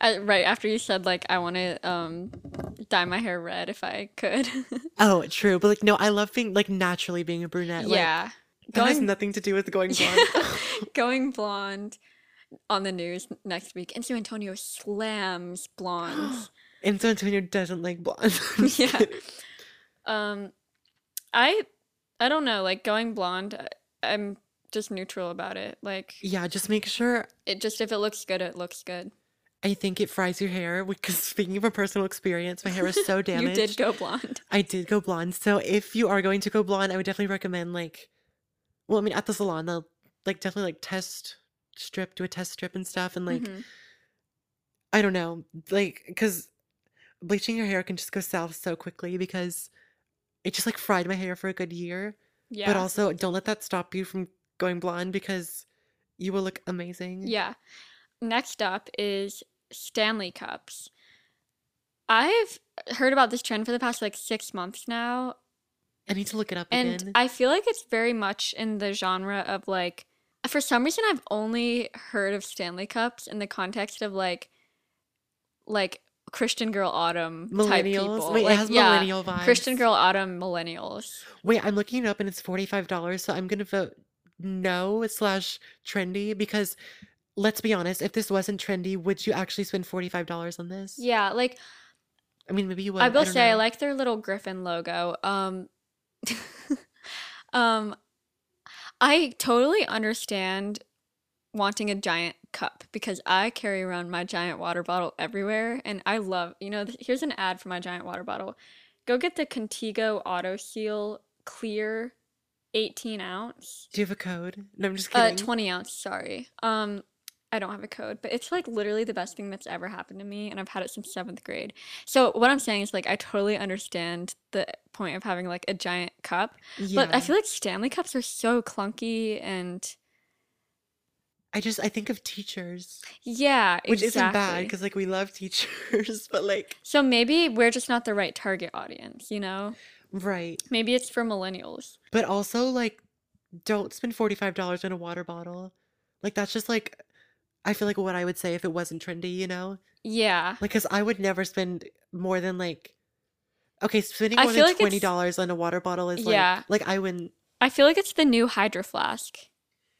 Speaker 1: uh, right after you said like i want to um dye my hair red if i could
Speaker 2: Oh, true. But like, no, I love being like naturally being a brunette. Like,
Speaker 1: yeah
Speaker 2: that has
Speaker 1: going-
Speaker 2: nothing to do with going blonde.
Speaker 1: going blonde on the news next week and so antonio slams blondes
Speaker 2: and so Antonio doesn't like blonde.
Speaker 1: Yeah. Um, I, I don't know. Like going blonde, I- I'm just neutral about it. Like
Speaker 2: Yeah, just make sure.
Speaker 1: it just if it looks good, it looks good.
Speaker 2: I think it fries your hair because speaking of a personal experience, my hair is so damaged.
Speaker 1: You did go blonde.
Speaker 2: I did go blonde. So if you are going to go blonde, I would definitely recommend like, well, I mean, at the salon, they'll like definitely like test strip, do a test strip and stuff, and like
Speaker 1: Mhm.
Speaker 2: I don't know, like because bleaching your hair can just go south so quickly because it just like fried my hair for a good year.
Speaker 1: yeah,
Speaker 2: But also, don't let that stop you from going blonde because you will look amazing.
Speaker 1: yeah. Next up is Stanley cups. I've heard about this trend for the past like six months now,
Speaker 2: I need to look it up
Speaker 1: And
Speaker 2: again.
Speaker 1: I feel like it's very much in the genre of like, for some reason, I've only heard of Stanley Cups in the context of like, like Christian Girl Autumn type people.
Speaker 2: millennials. Wait,
Speaker 1: like,
Speaker 2: it has
Speaker 1: yeah,
Speaker 2: millennial vibes.
Speaker 1: Christian Girl Autumn millennials.
Speaker 2: Wait, I'm looking it up and it's $45. So I'm going to vote no slash trendy because let's be honest, if this wasn't trendy, would you actually spend $45 on this?
Speaker 1: Yeah, like
Speaker 2: I mean, maybe you would.
Speaker 1: I will
Speaker 2: don't
Speaker 1: say I
Speaker 2: know.
Speaker 1: like their little griffin logo. Um um I totally understand wanting a giant cup because I carry around my giant water bottle everywhere and I love, you know, th- here's an ad for my giant water bottle. Go get the Contigo Auto Seal clear 18 ounce.
Speaker 2: Do you have a code? No, I'm just
Speaker 1: Uh,
Speaker 2: kidding.
Speaker 1: 20 ounce, sorry. Um, I don't have a code, but it's like literally the best thing that's ever happened to me, and I've had it since seventh grade. So, what I'm saying is, like, I totally understand the point of having like a giant cup,
Speaker 2: yeah.
Speaker 1: but I feel like Stanley cups are so clunky and
Speaker 2: I just, I think of teachers,
Speaker 1: yeah,
Speaker 2: which isn't bad
Speaker 1: exactly.
Speaker 2: because like we love teachers, but like,
Speaker 1: So, maybe we're just not the right target audience, you know?
Speaker 2: right.
Speaker 1: Maybe it's for millennials.
Speaker 2: But also, like, don't spend $45 on a water bottle. Like, that's just like, I feel like what I would say if it wasn't trendy, you know?
Speaker 1: Yeah.
Speaker 2: Like, because I would never spend more than like, okay, spending
Speaker 1: I
Speaker 2: more
Speaker 1: feel
Speaker 2: than
Speaker 1: like it's-
Speaker 2: $20 on a water bottle is like,
Speaker 1: Yeah.
Speaker 2: like, I wouldn't.
Speaker 1: I feel like it's the new Hydro Flask.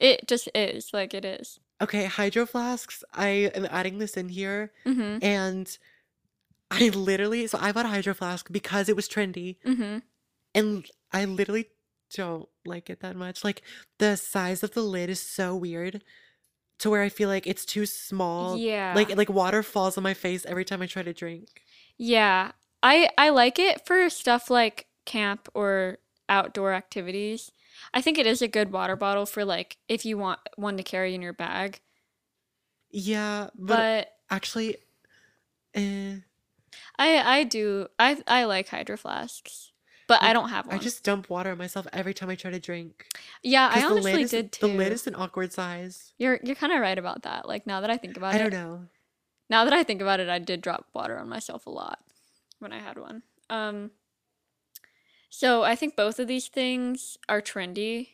Speaker 1: It just is like it is.
Speaker 2: Okay, hydro flasks. I am adding this in here,
Speaker 1: Mm-hmm.
Speaker 2: and I literally so I bought a hydro flask because it was trendy,
Speaker 1: Mm-hmm.
Speaker 2: and I literally don't like it that much. Like the size of the lid is so weird, to where I feel like it's too small.
Speaker 1: yeah.
Speaker 2: Like like water falls on my face every time I try to drink.
Speaker 1: Yeah. I I like it for stuff like camp or outdoor activities. I think it is a good water bottle for like if you want one to carry in your bag.
Speaker 2: Yeah, but,
Speaker 1: But
Speaker 2: actually, eh,
Speaker 1: I I do I I like hydro flasks. But I
Speaker 2: Like,
Speaker 1: don't have one.
Speaker 2: I just dump water on myself every time I try to drink.
Speaker 1: yeah, I
Speaker 2: 'Cause the lid
Speaker 1: honestly
Speaker 2: is-
Speaker 1: did too.
Speaker 2: The lid is an awkward size.
Speaker 1: You're you're kind of right about that. Like now that I think about
Speaker 2: I
Speaker 1: it,
Speaker 2: don't know.
Speaker 1: now that I think about it, I did drop water on myself a lot when I had one. Um, so I think both of these things are trendy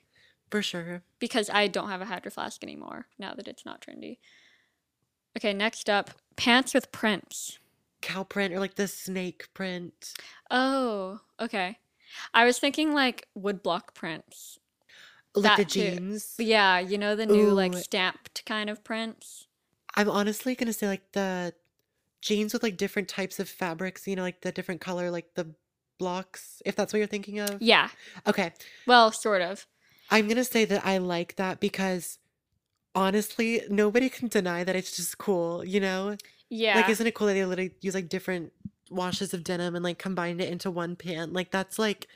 Speaker 2: For sure.
Speaker 1: because I don't have a hydro flask anymore now that it's not trendy. Okay, next up, pants with prints.
Speaker 2: Cow print or like the snake print.
Speaker 1: Oh, okay. I was thinking like woodblock prints.
Speaker 2: Like the
Speaker 1: That too.
Speaker 2: jeans.
Speaker 1: But yeah, you know the new like
Speaker 2: Ooh.
Speaker 1: stamped kind of prints.
Speaker 2: I'm honestly gonna say like the jeans with like different types of fabrics, you know, like the different color, like the blocks, if that's what you're thinking of.
Speaker 1: Yeah,
Speaker 2: Okay.
Speaker 1: well, sort of.
Speaker 2: I'm gonna say that I like that because honestly, nobody can deny that it's just cool, you know?
Speaker 1: Yeah.
Speaker 2: Like, isn't it cool that they literally use like different washes of denim and like combined it into one pant? Like that's like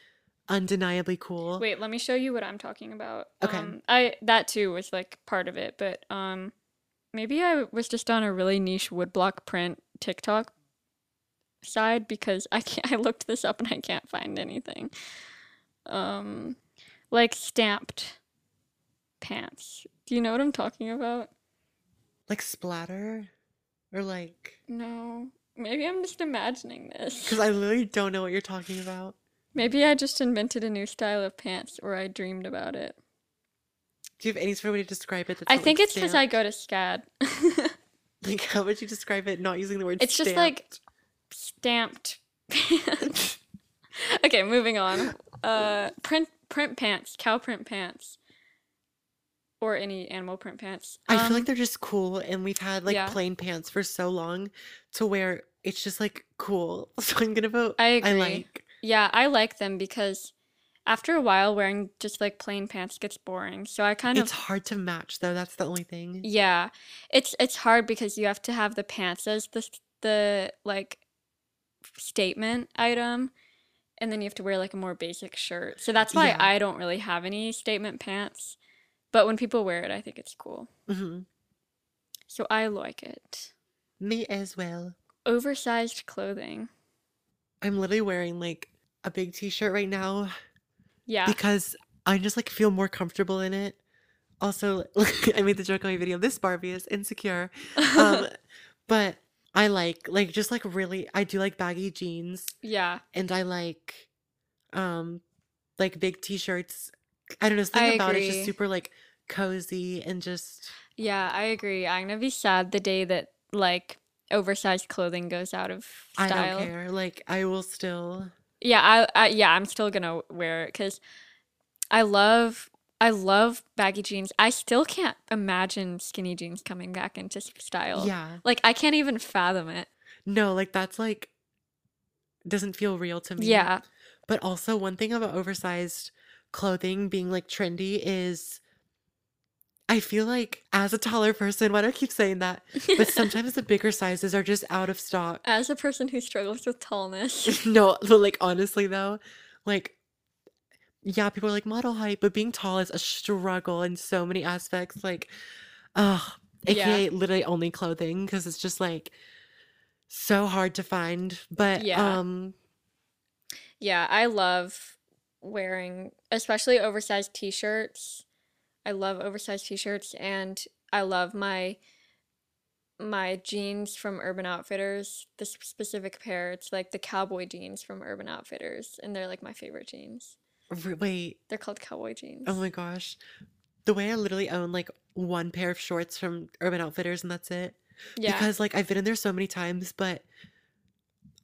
Speaker 2: undeniably cool.
Speaker 1: Wait, let me show you what I'm talking about.
Speaker 2: Okay.
Speaker 1: Um, I that too was like part of it, but um, maybe I was just on a really niche woodblock print TikTok side because I can't, I looked this up and I can't find anything. Um, like stamped pants. Do you know what I'm talking about?
Speaker 2: Like splatter? Or like
Speaker 1: No. Maybe I'm just imagining this.
Speaker 2: because I literally don't know what you're talking about.
Speaker 1: Maybe I just invented a new style of pants or I dreamed about it.
Speaker 2: Do you have any sort of way to describe it? That's
Speaker 1: I
Speaker 2: not,
Speaker 1: think
Speaker 2: like,
Speaker 1: it's because I go to SCAD.
Speaker 2: stamped? Like, how would you describe it? Not using the word.
Speaker 1: It's just like- stamped pants. okay, moving on. Uh, print print pants, cow print pants, or any animal print pants.
Speaker 2: I feel
Speaker 1: Um,
Speaker 2: like they're just cool, and we've had like
Speaker 1: yeah.
Speaker 2: plain pants for so long, to where it's just like cool. So I'm gonna vote.
Speaker 1: I agree.
Speaker 2: like.
Speaker 1: yeah, I like them because after a while, wearing just like plain pants gets boring. So I kind
Speaker 2: It's
Speaker 1: of
Speaker 2: hard to match though. That's the only thing.
Speaker 1: yeah, it's it's hard because you have to have the pants as the s- the like statement item. And then you have to wear like a more basic shirt. So that's why
Speaker 2: Yeah.
Speaker 1: I don't really have any statement pants. But when people wear it, I think it's cool.
Speaker 2: Mhm.
Speaker 1: So I like it.
Speaker 2: Me as well.
Speaker 1: Oversized clothing.
Speaker 2: I'm literally wearing like a big t-shirt right now
Speaker 1: Yeah.
Speaker 2: because I just like feel more comfortable in it. Also, I made the joke on my video. This Barbie is insecure. um but i like like just like really i do like baggy jeans
Speaker 1: yeah.
Speaker 2: and i like um like big t-shirts i don't know
Speaker 1: I
Speaker 2: something about it's just
Speaker 1: agree.
Speaker 2: super like cozy and just
Speaker 1: Yeah, I agree. I'm going to be sad the day that like oversized clothing goes out of
Speaker 2: i
Speaker 1: style.
Speaker 2: don't care like i will still
Speaker 1: Yeah, I, I yeah, I'm still going to wear it cuz I love I love baggy jeans. I still can't imagine skinny jeans coming back into s- style.
Speaker 2: yeah
Speaker 1: Like I can't even fathom it.
Speaker 2: no like that's like doesn't feel real to me
Speaker 1: Yeah.
Speaker 2: but also one thing about oversized clothing being like trendy is i feel like as a taller person why do i keep saying that but sometimes the bigger sizes are just out of stock
Speaker 1: As a person who struggles with tallness.
Speaker 2: No, but like honestly though, like yeah, people are like model height, but being tall is a struggle in so many aspects. Like, ugh,
Speaker 1: Yeah.
Speaker 2: aka literally only clothing because it's just like so hard to find. But
Speaker 1: Yeah.
Speaker 2: um,
Speaker 1: Yeah, I love wearing, especially oversized t-shirts. I love oversized t-shirts and I love my my jeans from Urban Outfitters, this specific pair. It's like the cowboy jeans from Urban Outfitters, and they're like my favorite jeans.
Speaker 2: r- wait,
Speaker 1: They're called cowboy jeans.
Speaker 2: oh my gosh, the way I literally own like one pair of shorts from Urban Outfitters and that's it.
Speaker 1: yeah.
Speaker 2: Because like I've been in there so many times, but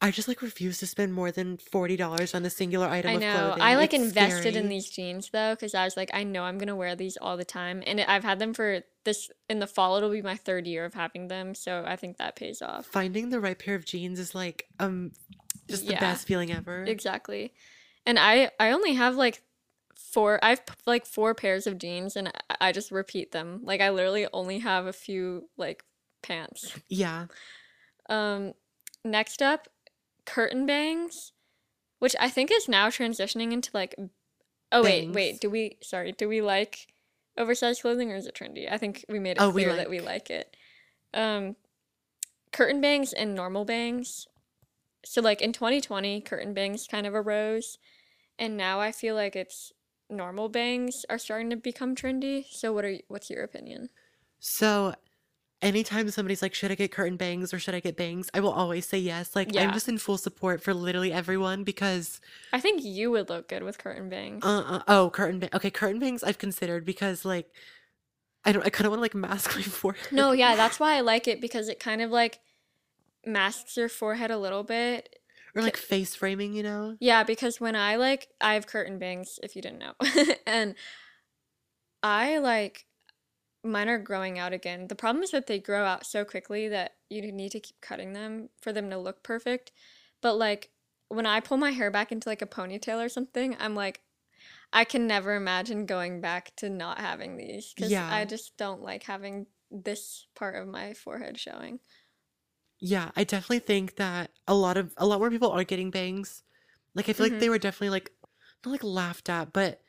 Speaker 2: I just like refuse to spend more than forty dollars on a singular item.
Speaker 1: I
Speaker 2: of
Speaker 1: know.
Speaker 2: clothing.
Speaker 1: I like
Speaker 2: It's
Speaker 1: invested in
Speaker 2: scary.
Speaker 1: these jeans though, because I was like, I know I'm gonna wear these all the time, and I've had them for this in the fall. It'll be my third year of having them, so I think that pays off.
Speaker 2: Finding the right pair of jeans is like um, just the
Speaker 1: Yeah.
Speaker 2: best feeling ever.
Speaker 1: Exactly, and I I only have like four. I've p- like four pairs of jeans, and I- I just repeat them. Like I literally only have a few like pants.
Speaker 2: yeah,
Speaker 1: Um, next up, curtain bangs, which I think is now transitioning into like. Oh wait,
Speaker 2: Bangs.
Speaker 1: wait. Do we? Sorry. Do we like oversized clothing or is it trendy? I think we made it
Speaker 2: Oh, we
Speaker 1: clear that we like it. Um, curtain bangs and normal bangs. So like in 2020, curtain bangs kind of arose, and now I feel like it's normal bangs are starting to become trendy. So what are you, what's your opinion?
Speaker 2: So anytime somebody's like, should I get curtain bangs or should I get bangs? I will always say yes. Like I'm
Speaker 1: Yeah.
Speaker 2: just in full support for literally everyone because
Speaker 1: I think you would look good with curtain bangs.
Speaker 2: uh, uh oh curtain ba- okay curtain bangs I've considered because like I don't I kind of want to like mask my forehead.
Speaker 1: No, yeah, that's why I like it because it kind of like masks your forehead a little bit.
Speaker 2: or like face framing, you know.
Speaker 1: Yeah, because when I like, I have curtain bangs, if you didn't know. and I like, mine are growing out again. The problem is that they grow out so quickly that you need to keep cutting them for them to look perfect. But like, when I pull my hair back into like a ponytail or something, I'm like, I can never imagine going back to not having these because
Speaker 2: Yeah.
Speaker 1: I just don't like having this part of my forehead showing.
Speaker 2: Yeah, I definitely think that a lot of a lot more people are getting bangs. Like I feel like
Speaker 1: Mhm.
Speaker 2: they were definitely like not like laughed at, but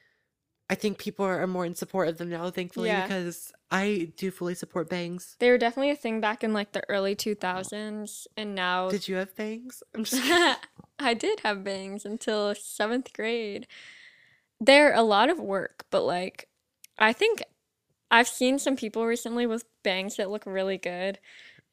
Speaker 2: I think people are, are more in support of them now, thankfully,
Speaker 1: Yeah.
Speaker 2: because I do fully support bangs.
Speaker 1: They were definitely a thing back in like the early 2000s, and now
Speaker 2: Did you have bangs? I'm just kidding.
Speaker 1: I did have bangs until seventh grade. They're a lot of work, but like, I think I've seen some people recently with bangs that look really good,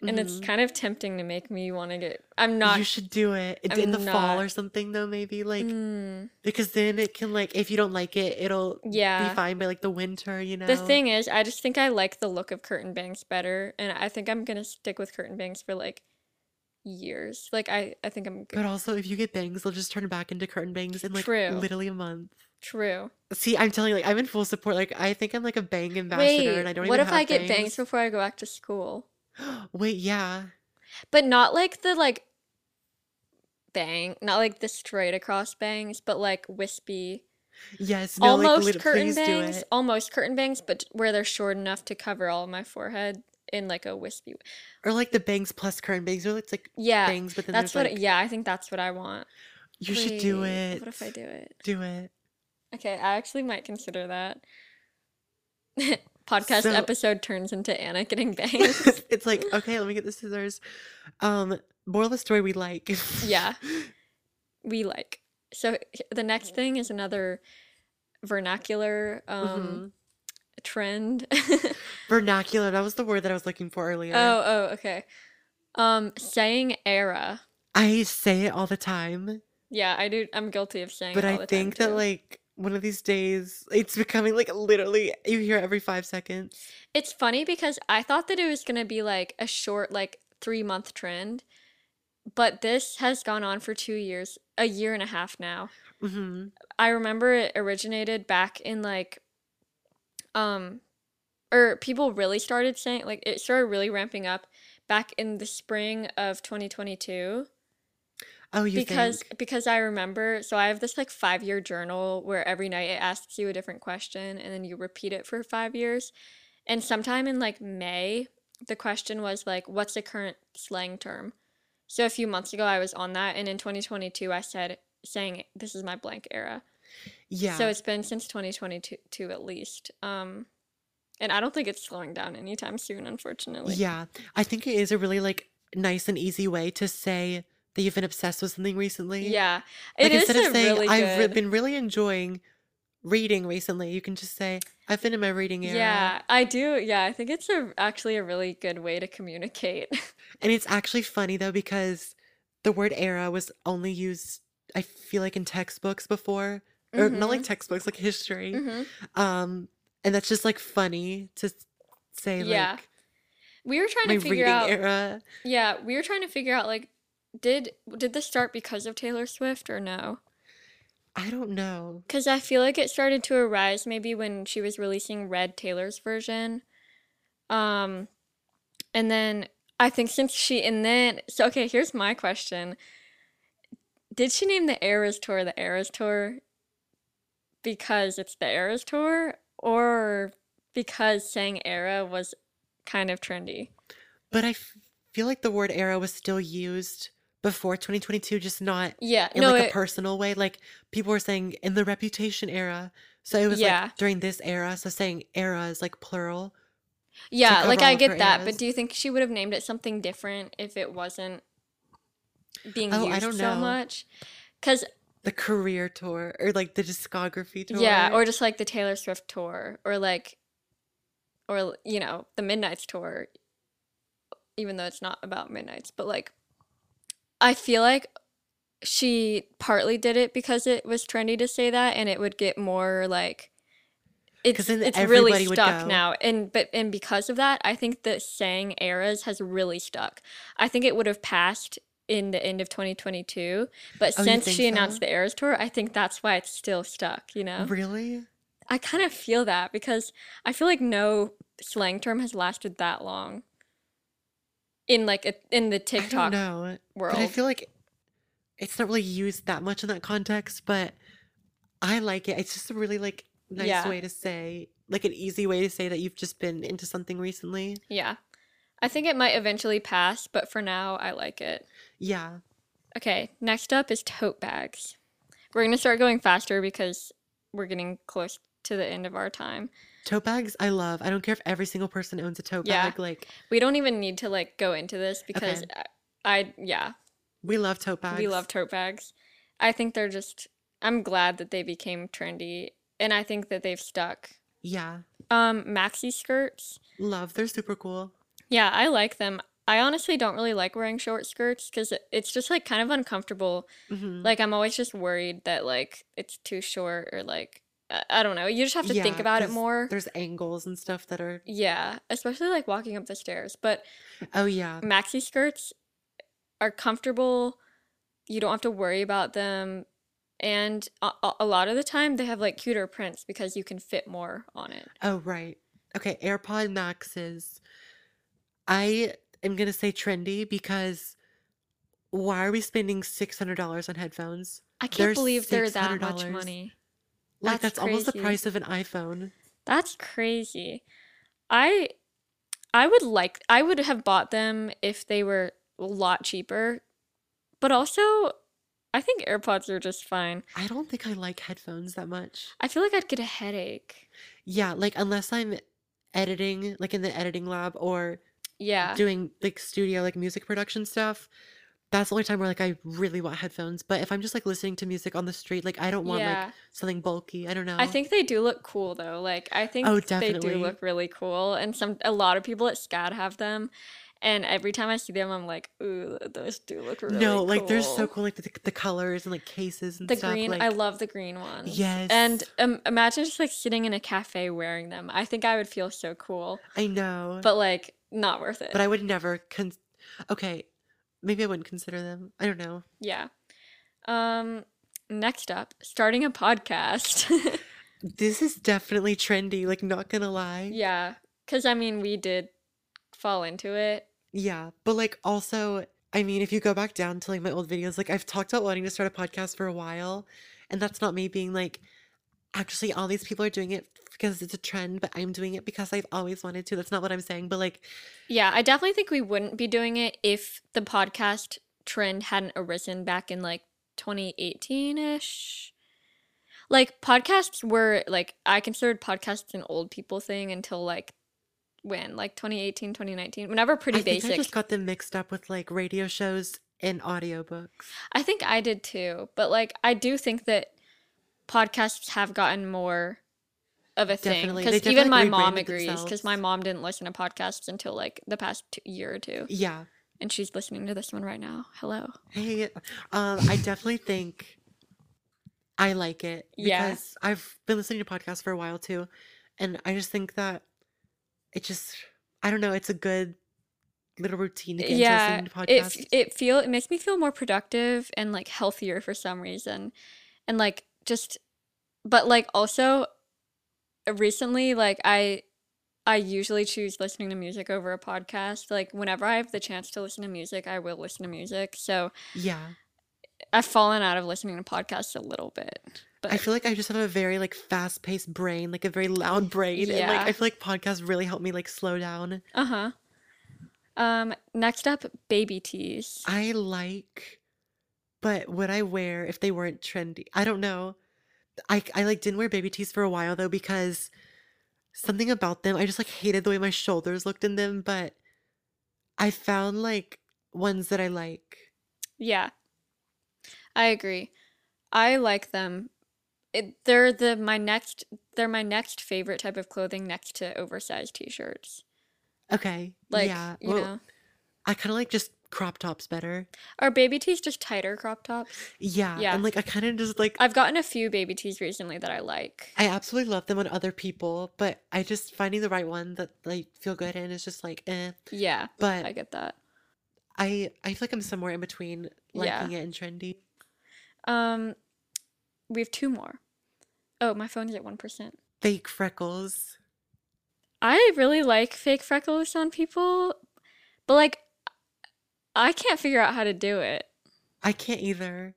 Speaker 1: and it's
Speaker 2: Mhm.
Speaker 1: kind of tempting to make me want to get. I'm not.
Speaker 2: you should do it It's in the
Speaker 1: I'm
Speaker 2: fall
Speaker 1: not-
Speaker 2: or something though maybe like
Speaker 1: Mm,
Speaker 2: because then it can like if you don't like it it'll
Speaker 1: yeah.
Speaker 2: be fine by like the winter you know
Speaker 1: The thing is, I just think I like the look of curtain bangs better, and I think I'm gonna stick with curtain bangs for like years. Like I, I think I'm
Speaker 2: but
Speaker 1: good.
Speaker 2: also if you get bangs they'll just turn back into curtain bangs in like
Speaker 1: True.
Speaker 2: literally a month
Speaker 1: True.
Speaker 2: see i'm telling you like i'm in full support like i think i'm like a bang ambassador
Speaker 1: Wait,
Speaker 2: and i don't
Speaker 1: what
Speaker 2: even
Speaker 1: if I
Speaker 2: have
Speaker 1: get bangs before I go back to school?
Speaker 2: wait yeah
Speaker 1: But not like the like bang, not like the straight across bangs, but like wispy,
Speaker 2: yes no, like,
Speaker 1: almost
Speaker 2: lit-
Speaker 1: curtain
Speaker 2: please do
Speaker 1: bangs,
Speaker 2: it.
Speaker 1: almost curtain bangs, but where they're short enough to cover all of my forehead in like a wispy.
Speaker 2: or like the bangs plus curtain bangs or it's like
Speaker 1: Yeah,
Speaker 2: bangs but then
Speaker 1: that's
Speaker 2: there's,
Speaker 1: what.
Speaker 2: like,
Speaker 1: yeah, I think that's what I want.
Speaker 2: you should do
Speaker 1: Wait,
Speaker 2: it
Speaker 1: What if I do it?
Speaker 2: do it
Speaker 1: Okay, I actually might consider that. Podcast
Speaker 2: So-
Speaker 1: episode turns into Anna getting bangs.
Speaker 2: it's like okay let me get the scissors um moral of the story we like
Speaker 1: Yeah. we like. So h- the next thing is another vernacular um,
Speaker 2: Mhm.
Speaker 1: trend.
Speaker 2: vernacular that was the word that i was looking for earlier
Speaker 1: Oh, oh, okay. Um, saying era.
Speaker 2: i say it all the time
Speaker 1: Yeah, I do. I'm guilty of saying.
Speaker 2: but
Speaker 1: it all
Speaker 2: i
Speaker 1: the time,
Speaker 2: think that
Speaker 1: too.
Speaker 2: like one of these days it's becoming like literally you hear it every five seconds
Speaker 1: it's funny because I thought that it was gonna be like a short, like three month trend, but this has gone on for two years, a year and a half now.
Speaker 2: hmm
Speaker 1: I remember it originated back in like, um, or people really started saying like it started really ramping up back in the spring of 2022
Speaker 2: oh you
Speaker 1: because
Speaker 2: think
Speaker 1: because I remember so I have this like 5 year journal where every night it asks you a different question and then you repeat it for 5 years and sometime in like May the question was like what's the current slang term so a few months ago I was on that and in 2022 I said saying this is my blank era
Speaker 2: yeah
Speaker 1: so it's been since 2022 two at least um and I don't think it's slowing down anytime soon unfortunately
Speaker 2: yeah i think it is a really like nice and easy way to say that you've been obsessed with something recently
Speaker 1: Yeah, it
Speaker 2: like
Speaker 1: is
Speaker 2: instead of
Speaker 1: a
Speaker 2: saying
Speaker 1: really
Speaker 2: i've re-
Speaker 1: good.
Speaker 2: been really enjoying reading recently you can just say i've been in my reading era
Speaker 1: yeah, I do. Yeah, I think it's a actually a really good way to communicate.
Speaker 2: And it's actually funny though because the word era was only used, I feel like, in textbooks before, or not like
Speaker 1: Mhm,
Speaker 2: textbooks, like history.
Speaker 1: mhm.
Speaker 2: Um, and that's just like funny to s- say
Speaker 1: Yeah.
Speaker 2: like
Speaker 1: We were trying
Speaker 2: my
Speaker 1: to figure
Speaker 2: reading
Speaker 1: out.
Speaker 2: era.
Speaker 1: Yeah, we were trying to figure out like did did this start because of Taylor Swift or no?
Speaker 2: I don't know.
Speaker 1: Because I feel like it started to arise maybe when she was releasing Red Taylor's version. Um, and then I think since she, and then, so okay, here's my question. Did she name the Eras Tour the Eras Tour because it's the Eras Tour or because saying era was kind of trendy?
Speaker 2: But I f- feel like the word era was still used before 2022, just not
Speaker 1: Yeah,
Speaker 2: in
Speaker 1: no,
Speaker 2: like a
Speaker 1: it-
Speaker 2: personal way. Like people were saying in the reputation era. So it was
Speaker 1: Yeah.
Speaker 2: like during this era. So saying era is like plural.
Speaker 1: yeah,
Speaker 2: cover
Speaker 1: like
Speaker 2: all
Speaker 1: I
Speaker 2: of her
Speaker 1: get that, but
Speaker 2: eras.
Speaker 1: do you think she would have named it something different if it wasn't being
Speaker 2: Oh, I
Speaker 1: used
Speaker 2: don't
Speaker 1: so
Speaker 2: know.
Speaker 1: much? Because
Speaker 2: The career tour or like the discography tour.
Speaker 1: Yeah, or just like the Taylor Swift tour, or like, or you know, the Midnight's tour. Even though it's not about Midnight's, but like, I feel like she partly did it because it was trendy to say that, and it would get more like. It's,
Speaker 2: 'Cause then
Speaker 1: it's
Speaker 2: everybody
Speaker 1: really
Speaker 2: would
Speaker 1: stuck
Speaker 2: go.
Speaker 1: now and but and because of that i think that saying eras has really stuck i think it would have passed in the end of 2022 but
Speaker 2: Oh, you
Speaker 1: since
Speaker 2: think
Speaker 1: she announced
Speaker 2: so?
Speaker 1: the eras tour i think that's why it's still stuck you know
Speaker 2: really?
Speaker 1: I kind of feel that because I feel like no slang term has lasted that long. In like a, in the
Speaker 2: I don't
Speaker 1: TikTok,
Speaker 2: know. But I
Speaker 1: world.
Speaker 2: feel like it's not really used that much in that context, but I like it. It's just a really like nice
Speaker 1: Yeah.
Speaker 2: way to say, like an easy way to say that you've just been into something recently.
Speaker 1: yeah, I think it might eventually pass, but for now, I like it.
Speaker 2: Yeah.
Speaker 1: Okay, next up is tote bags. We're gonna start going faster because we're getting close to the end of our time.
Speaker 2: Tote bags, I love. I don't care if every single person owns a tote
Speaker 1: Yeah.
Speaker 2: bag. Like,
Speaker 1: We don't even need to like go into this because
Speaker 2: Okay.
Speaker 1: I, I yeah,
Speaker 2: we love tote bags.
Speaker 1: We love tote bags. I think they're just. I'm glad that they became trendy, and I think that they've stuck.
Speaker 2: Yeah.
Speaker 1: Um, maxi skirts.
Speaker 2: Love. They're super cool.
Speaker 1: Yeah, I like them. I honestly don't really like wearing short skirts because it's just like kind of uncomfortable.
Speaker 2: Mhm.
Speaker 1: Like I'm always just worried that like it's too short or like I, I don't know. You just have to think
Speaker 2: Yeah,
Speaker 1: about it
Speaker 2: 'cause
Speaker 1: more.
Speaker 2: There's angles and stuff that are,
Speaker 1: Yeah, especially like walking up the stairs. But
Speaker 2: oh, yeah.
Speaker 1: maxi skirts are comfortable. You don't have to worry about them. And a, a- a lot of the time, they have like cuter prints because you can fit more on it.
Speaker 2: Oh, right. Okay, AirPod Maxes. I am gonna say trendy because why are we spending six hundred dollars on headphones?
Speaker 1: I can't
Speaker 2: They're
Speaker 1: believe they're that much
Speaker 2: $600.
Speaker 1: money.
Speaker 2: Like
Speaker 1: That's
Speaker 2: that's, almost the
Speaker 1: crazy.
Speaker 2: price of an iPhone.
Speaker 1: That's crazy. I I would like I would have bought them if they were a lot cheaper. But also, I think AirPods are just fine.
Speaker 2: I don't think I like headphones that much.
Speaker 1: I feel like I'd get a headache.
Speaker 2: Yeah, like unless I'm editing, like in the editing lab or
Speaker 1: Yeah.
Speaker 2: doing like studio like music production stuff. That's the only time where like I really want headphones. But if I'm just like listening to music on the street, like I don't want
Speaker 1: yeah.
Speaker 2: like something bulky. I don't know.
Speaker 1: I think they do look cool though. Like I think
Speaker 2: Oh,
Speaker 1: they do
Speaker 2: definitely.
Speaker 1: look really cool, and some a lot of people at SCAD have them. And every time I see them, I'm like, ooh, those do look really
Speaker 2: no, like they're so cool, like the, the colors and like cases and
Speaker 1: The
Speaker 2: stuff.
Speaker 1: green,
Speaker 2: like,
Speaker 1: I love the green ones.
Speaker 2: Yes,
Speaker 1: And um, imagine just like sitting in a cafe wearing them. I think I would feel so cool,
Speaker 2: I know, but
Speaker 1: but like not worth it.
Speaker 2: Uh-huh. but I would never con. Okay, maybe I wouldn't consider them. I don't know.
Speaker 1: yeah. Um. Next up, starting a podcast.
Speaker 2: This is definitely trendy. Like, not gonna lie.
Speaker 1: yeah, because I mean, we did fall into it.
Speaker 2: Yeah, but like also, I mean, if you go back down to like my old videos, like I've talked about wanting to start a podcast for a while, and that's not me being like, actually, all these people are doing it because it's a trend, but I'm doing it because I've always wanted to. That's not what I'm saying, but like,
Speaker 1: Yeah, I definitely think we wouldn't be doing it if the podcast trend hadn't arisen back in like 2018 ish. Like, podcasts were like, I considered podcasts an old people thing until like when? Like 2018, 2019, whenever Pretty
Speaker 2: I think
Speaker 1: Basic.
Speaker 2: I just got them mixed up with like radio shows and audiobooks.
Speaker 1: I think I did too, but like, I do think that podcasts have gotten more of a thing
Speaker 2: Definitely. They
Speaker 1: because even my
Speaker 2: definitely, like,
Speaker 1: mom
Speaker 2: rebranded
Speaker 1: agrees because my
Speaker 2: themselves.
Speaker 1: mom didn't listen to podcasts until like the past two, year or two
Speaker 2: Yeah.
Speaker 1: and she's listening to this one right now hello
Speaker 2: Hey, um, I definitely think I like it
Speaker 1: Yeah.
Speaker 2: because I've been listening to podcasts for a while too, and I just think that it just I don't know, it's a good little routine again to
Speaker 1: yeah
Speaker 2: listen to
Speaker 1: it f-
Speaker 2: podcasts.
Speaker 1: it feel it makes me feel more productive and like healthier for some reason and like just but like also recently like i i usually choose listening to music over a podcast like whenever i have the chance to listen to music i will listen to music so
Speaker 2: yeah.
Speaker 1: i've fallen out of listening to podcasts a little bit but
Speaker 2: I feel like I just have a very like fast paced brain, like a very loud brain. And like
Speaker 1: Yeah.
Speaker 2: I feel like podcasts really help me like slow down.
Speaker 1: uh-huh um next up baby tees
Speaker 2: I like but would I wear if they weren't trendy? I don't know. I I like didn't wear baby tees for a while though because something about them, I just like hated the way my shoulders looked in them, but I found like ones that I like.
Speaker 1: Yeah, I agree. I like them. It, they're the my next they're my next favorite type of clothing next to oversized t-shirts.
Speaker 2: Okay.
Speaker 1: Like,
Speaker 2: yeah.
Speaker 1: you
Speaker 2: well,
Speaker 1: know,
Speaker 2: I kind of like just crop tops better.
Speaker 1: are baby tees just tighter crop tops?
Speaker 2: Yeah.
Speaker 1: Yeah.
Speaker 2: And like I kind of just like
Speaker 1: I've gotten a few baby tees recently that I like.
Speaker 2: I absolutely love them on other people, but I just finding the right one that like feel good in is just like eh.
Speaker 1: Yeah, I
Speaker 2: But
Speaker 1: get that.
Speaker 2: I I feel like I'm somewhere in between
Speaker 1: Yeah.
Speaker 2: liking it and trendy.
Speaker 1: Um, we have two more. Oh, my phone's at 1%.
Speaker 2: Fake freckles.
Speaker 1: I really like fake freckles on people, but like I can't figure out how to do it.
Speaker 2: I can't either.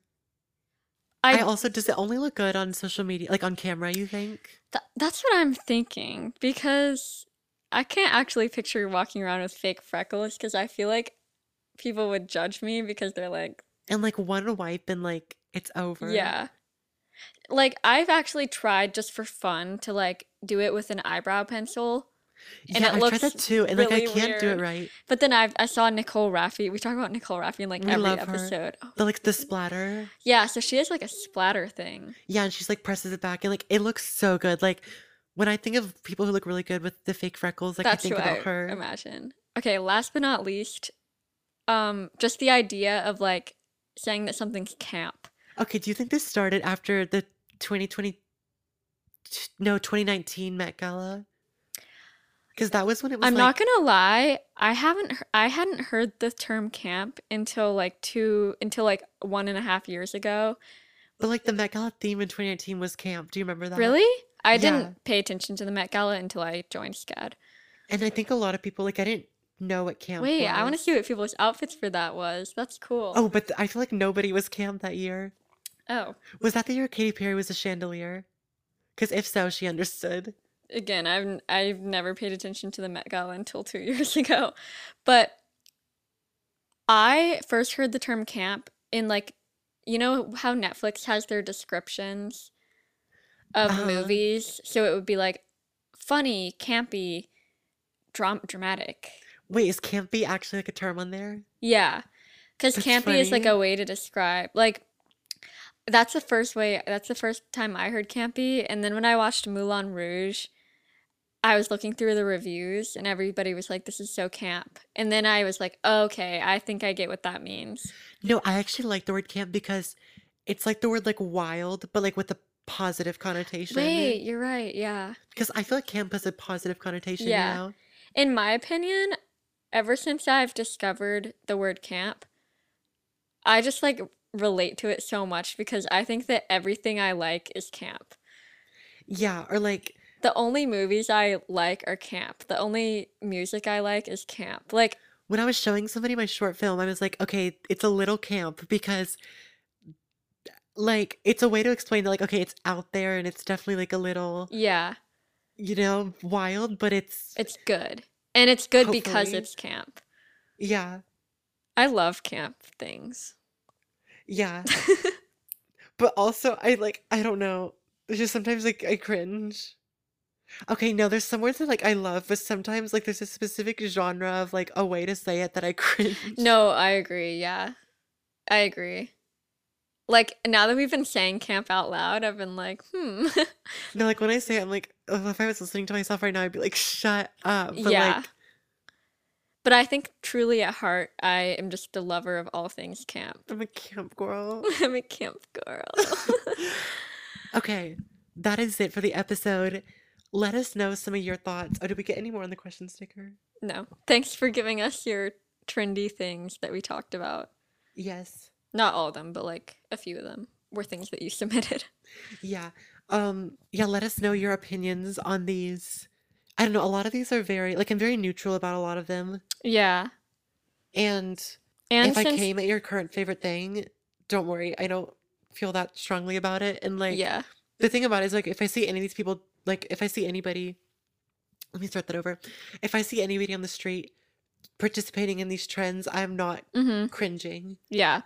Speaker 2: I
Speaker 1: I
Speaker 2: also does it only look good on social media, like on camera? You think?
Speaker 1: Th- that's what I'm thinking because I can't actually picture walking around with fake freckles because I feel like people would judge me because they're like,
Speaker 2: And like one wipe and like it's over.
Speaker 1: yeah. Like I've actually tried just for fun to like do it with an eyebrow pencil, and
Speaker 2: yeah.
Speaker 1: it
Speaker 2: I've tried that
Speaker 1: looks
Speaker 2: too, and like I
Speaker 1: really
Speaker 2: can't do it
Speaker 1: weird.
Speaker 2: right.
Speaker 1: but then I've I saw Nicole Raffi. We talk about Nicole Raffi in like
Speaker 2: We
Speaker 1: every
Speaker 2: love her.
Speaker 1: episode. Oh,
Speaker 2: The like the splatter.
Speaker 1: yeah, so she has like a splatter thing.
Speaker 2: Yeah, and she's like presses it back, and like it looks so good. Like when I think of people who look really good with the fake freckles, like
Speaker 1: That's
Speaker 2: I
Speaker 1: who
Speaker 2: think about
Speaker 1: I
Speaker 2: her.
Speaker 1: imagine. Okay, last but not least, um, just the idea of like saying that something's camp.
Speaker 2: Okay, do you think this started after the 2020 t- no, 2019 Met Gala? Cuz that was when it was
Speaker 1: I'm
Speaker 2: like
Speaker 1: not gonna lie. I haven't. he- I hadn't heard the term camp until like two, until like one and a half years ago.
Speaker 2: but like the Met Gala theme in 2019 was camp. Do you remember that?
Speaker 1: really? I
Speaker 2: yeah.
Speaker 1: didn't pay attention to the Met Gala until I joined SCAD.
Speaker 2: And I think a lot of people like I didn't know what camp
Speaker 1: Wait, I want to
Speaker 2: was.
Speaker 1: see what people's outfits for that was. That's cool.
Speaker 2: Oh, but th- I feel like nobody was camp that year.
Speaker 1: Oh,
Speaker 2: Was that the year Katy Perry was a chandelier? Cuz if so, she understood.
Speaker 1: again, I've n- I've never paid attention to the Met Gala until two years ago, but I first heard the term camp in like, you know how Netflix has their descriptions of
Speaker 2: Uh-huh.
Speaker 1: movies, so it would be like funny, campy, dram- dramatic.
Speaker 2: Wait, is campy actually like a term on there?
Speaker 1: Yeah, because
Speaker 2: That's
Speaker 1: campy is like
Speaker 2: funny.
Speaker 1: a way to describe like. That's the first way. That's the first time I heard campy, and then when I watched Moulin Rouge, I was looking through the reviews, and everybody was like, "This is so camp," and then I was like, "Okay, I think I get what that means."
Speaker 2: No, I actually like the word camp because it's like the word like wild, but like with a positive connotation.
Speaker 1: Wait, you're right. Yeah.
Speaker 2: Because I feel like camp has a positive connotation,
Speaker 1: Yeah.
Speaker 2: you know?
Speaker 1: In my opinion, ever since I've discovered the word camp, I just like relate to it so much because I think that everything I like is camp.
Speaker 2: Yeah, or like,
Speaker 1: The only movies I like are camp. The only music I like is camp. Like,
Speaker 2: when I was showing somebody my short film, I was like, okay, it's a little camp because, like, it's a way to explain that, like, okay, it's out there and it's definitely like a little,
Speaker 1: yeah,
Speaker 2: you know, wild, but it's,
Speaker 1: it's good. And it's good because
Speaker 2: Hopefully.
Speaker 1: it's camp.
Speaker 2: yeah,
Speaker 1: I love camp things.
Speaker 2: yeah. But also, I like, I don't know. It's just sometimes like I cringe. Okay, no, there's some words that like I love, but sometimes like there's a specific genre of like a way to say it that I cringe.
Speaker 1: No, I agree. Yeah, I agree. Like, now that we've been saying camp out loud, I've been like, hmm.
Speaker 2: No, like when I say it, I'm like, ugh, if I was listening to myself right now, I'd be like, shut up. But
Speaker 1: Yeah.
Speaker 2: like,
Speaker 1: but I think truly at heart, I am just a lover of all things camp.
Speaker 2: I'm a camp girl.
Speaker 1: I'm a camp girl.
Speaker 2: okay, that is it for the episode. Let us know some of your thoughts. Oh, did we get any more on the question sticker?
Speaker 1: no, thanks for giving us your trendy things that we talked about.
Speaker 2: Yes.
Speaker 1: Not all of them, but like a few of them were things that you submitted.
Speaker 2: Yeah. Um, yeah, let us know your opinions on these. I don't know, a lot of these are very like I'm very neutral about a lot of them.
Speaker 1: Yeah.
Speaker 2: And,
Speaker 1: And
Speaker 2: if I
Speaker 1: since
Speaker 2: came at your current favorite thing, don't worry, I don't feel that strongly about it. And like
Speaker 1: yeah.
Speaker 2: the thing about it is like if I see any of these people like if I see anybody let me start that over. If I see anybody on the street participating in these trends, I'm not
Speaker 1: Mhm.
Speaker 2: cringing.
Speaker 1: Yeah.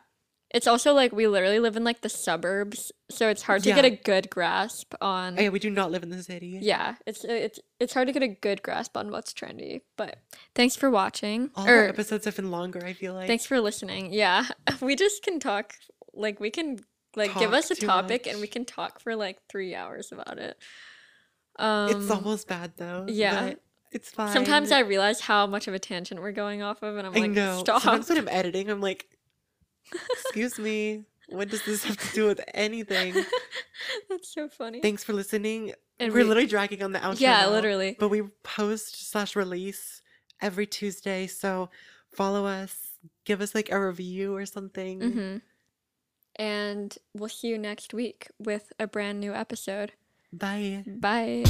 Speaker 1: It's also like we literally live in like the suburbs, so it's hard to get
Speaker 2: Yeah.
Speaker 1: a good grasp on
Speaker 2: Oh, yeah, we do not live in the city.
Speaker 1: Yeah, it's it's it's hard to get a good grasp on what's trendy. But thanks for watching.
Speaker 2: All our
Speaker 1: or
Speaker 2: episodes have been longer, I feel like.
Speaker 1: thanks for listening. Yeah. We just can talk like we can like give
Speaker 2: Talk
Speaker 1: us a
Speaker 2: too
Speaker 1: topic and we
Speaker 2: much.
Speaker 1: can talk for like 3 hours about it. Um
Speaker 2: it's almost bad though.
Speaker 1: yeah.
Speaker 2: but It's fine.
Speaker 1: Sometimes I realize how much of a tangent we're going off of and I'm
Speaker 2: I
Speaker 1: like
Speaker 2: know.
Speaker 1: stop.
Speaker 2: Sometimes when I'm editing, I'm like, excuse me, what does this have to do with anything?
Speaker 1: That's so funny.
Speaker 2: Thanks for listening.
Speaker 1: and
Speaker 2: We're
Speaker 1: we-
Speaker 2: literally dragging on the outro.
Speaker 1: Yeah,
Speaker 2: now,
Speaker 1: literally.
Speaker 2: But we post slash release every Tuesday, so follow us. Give us like a review or something.
Speaker 1: hmm And we'll see you next week with a brand new episode.
Speaker 2: Bye.
Speaker 1: Bye.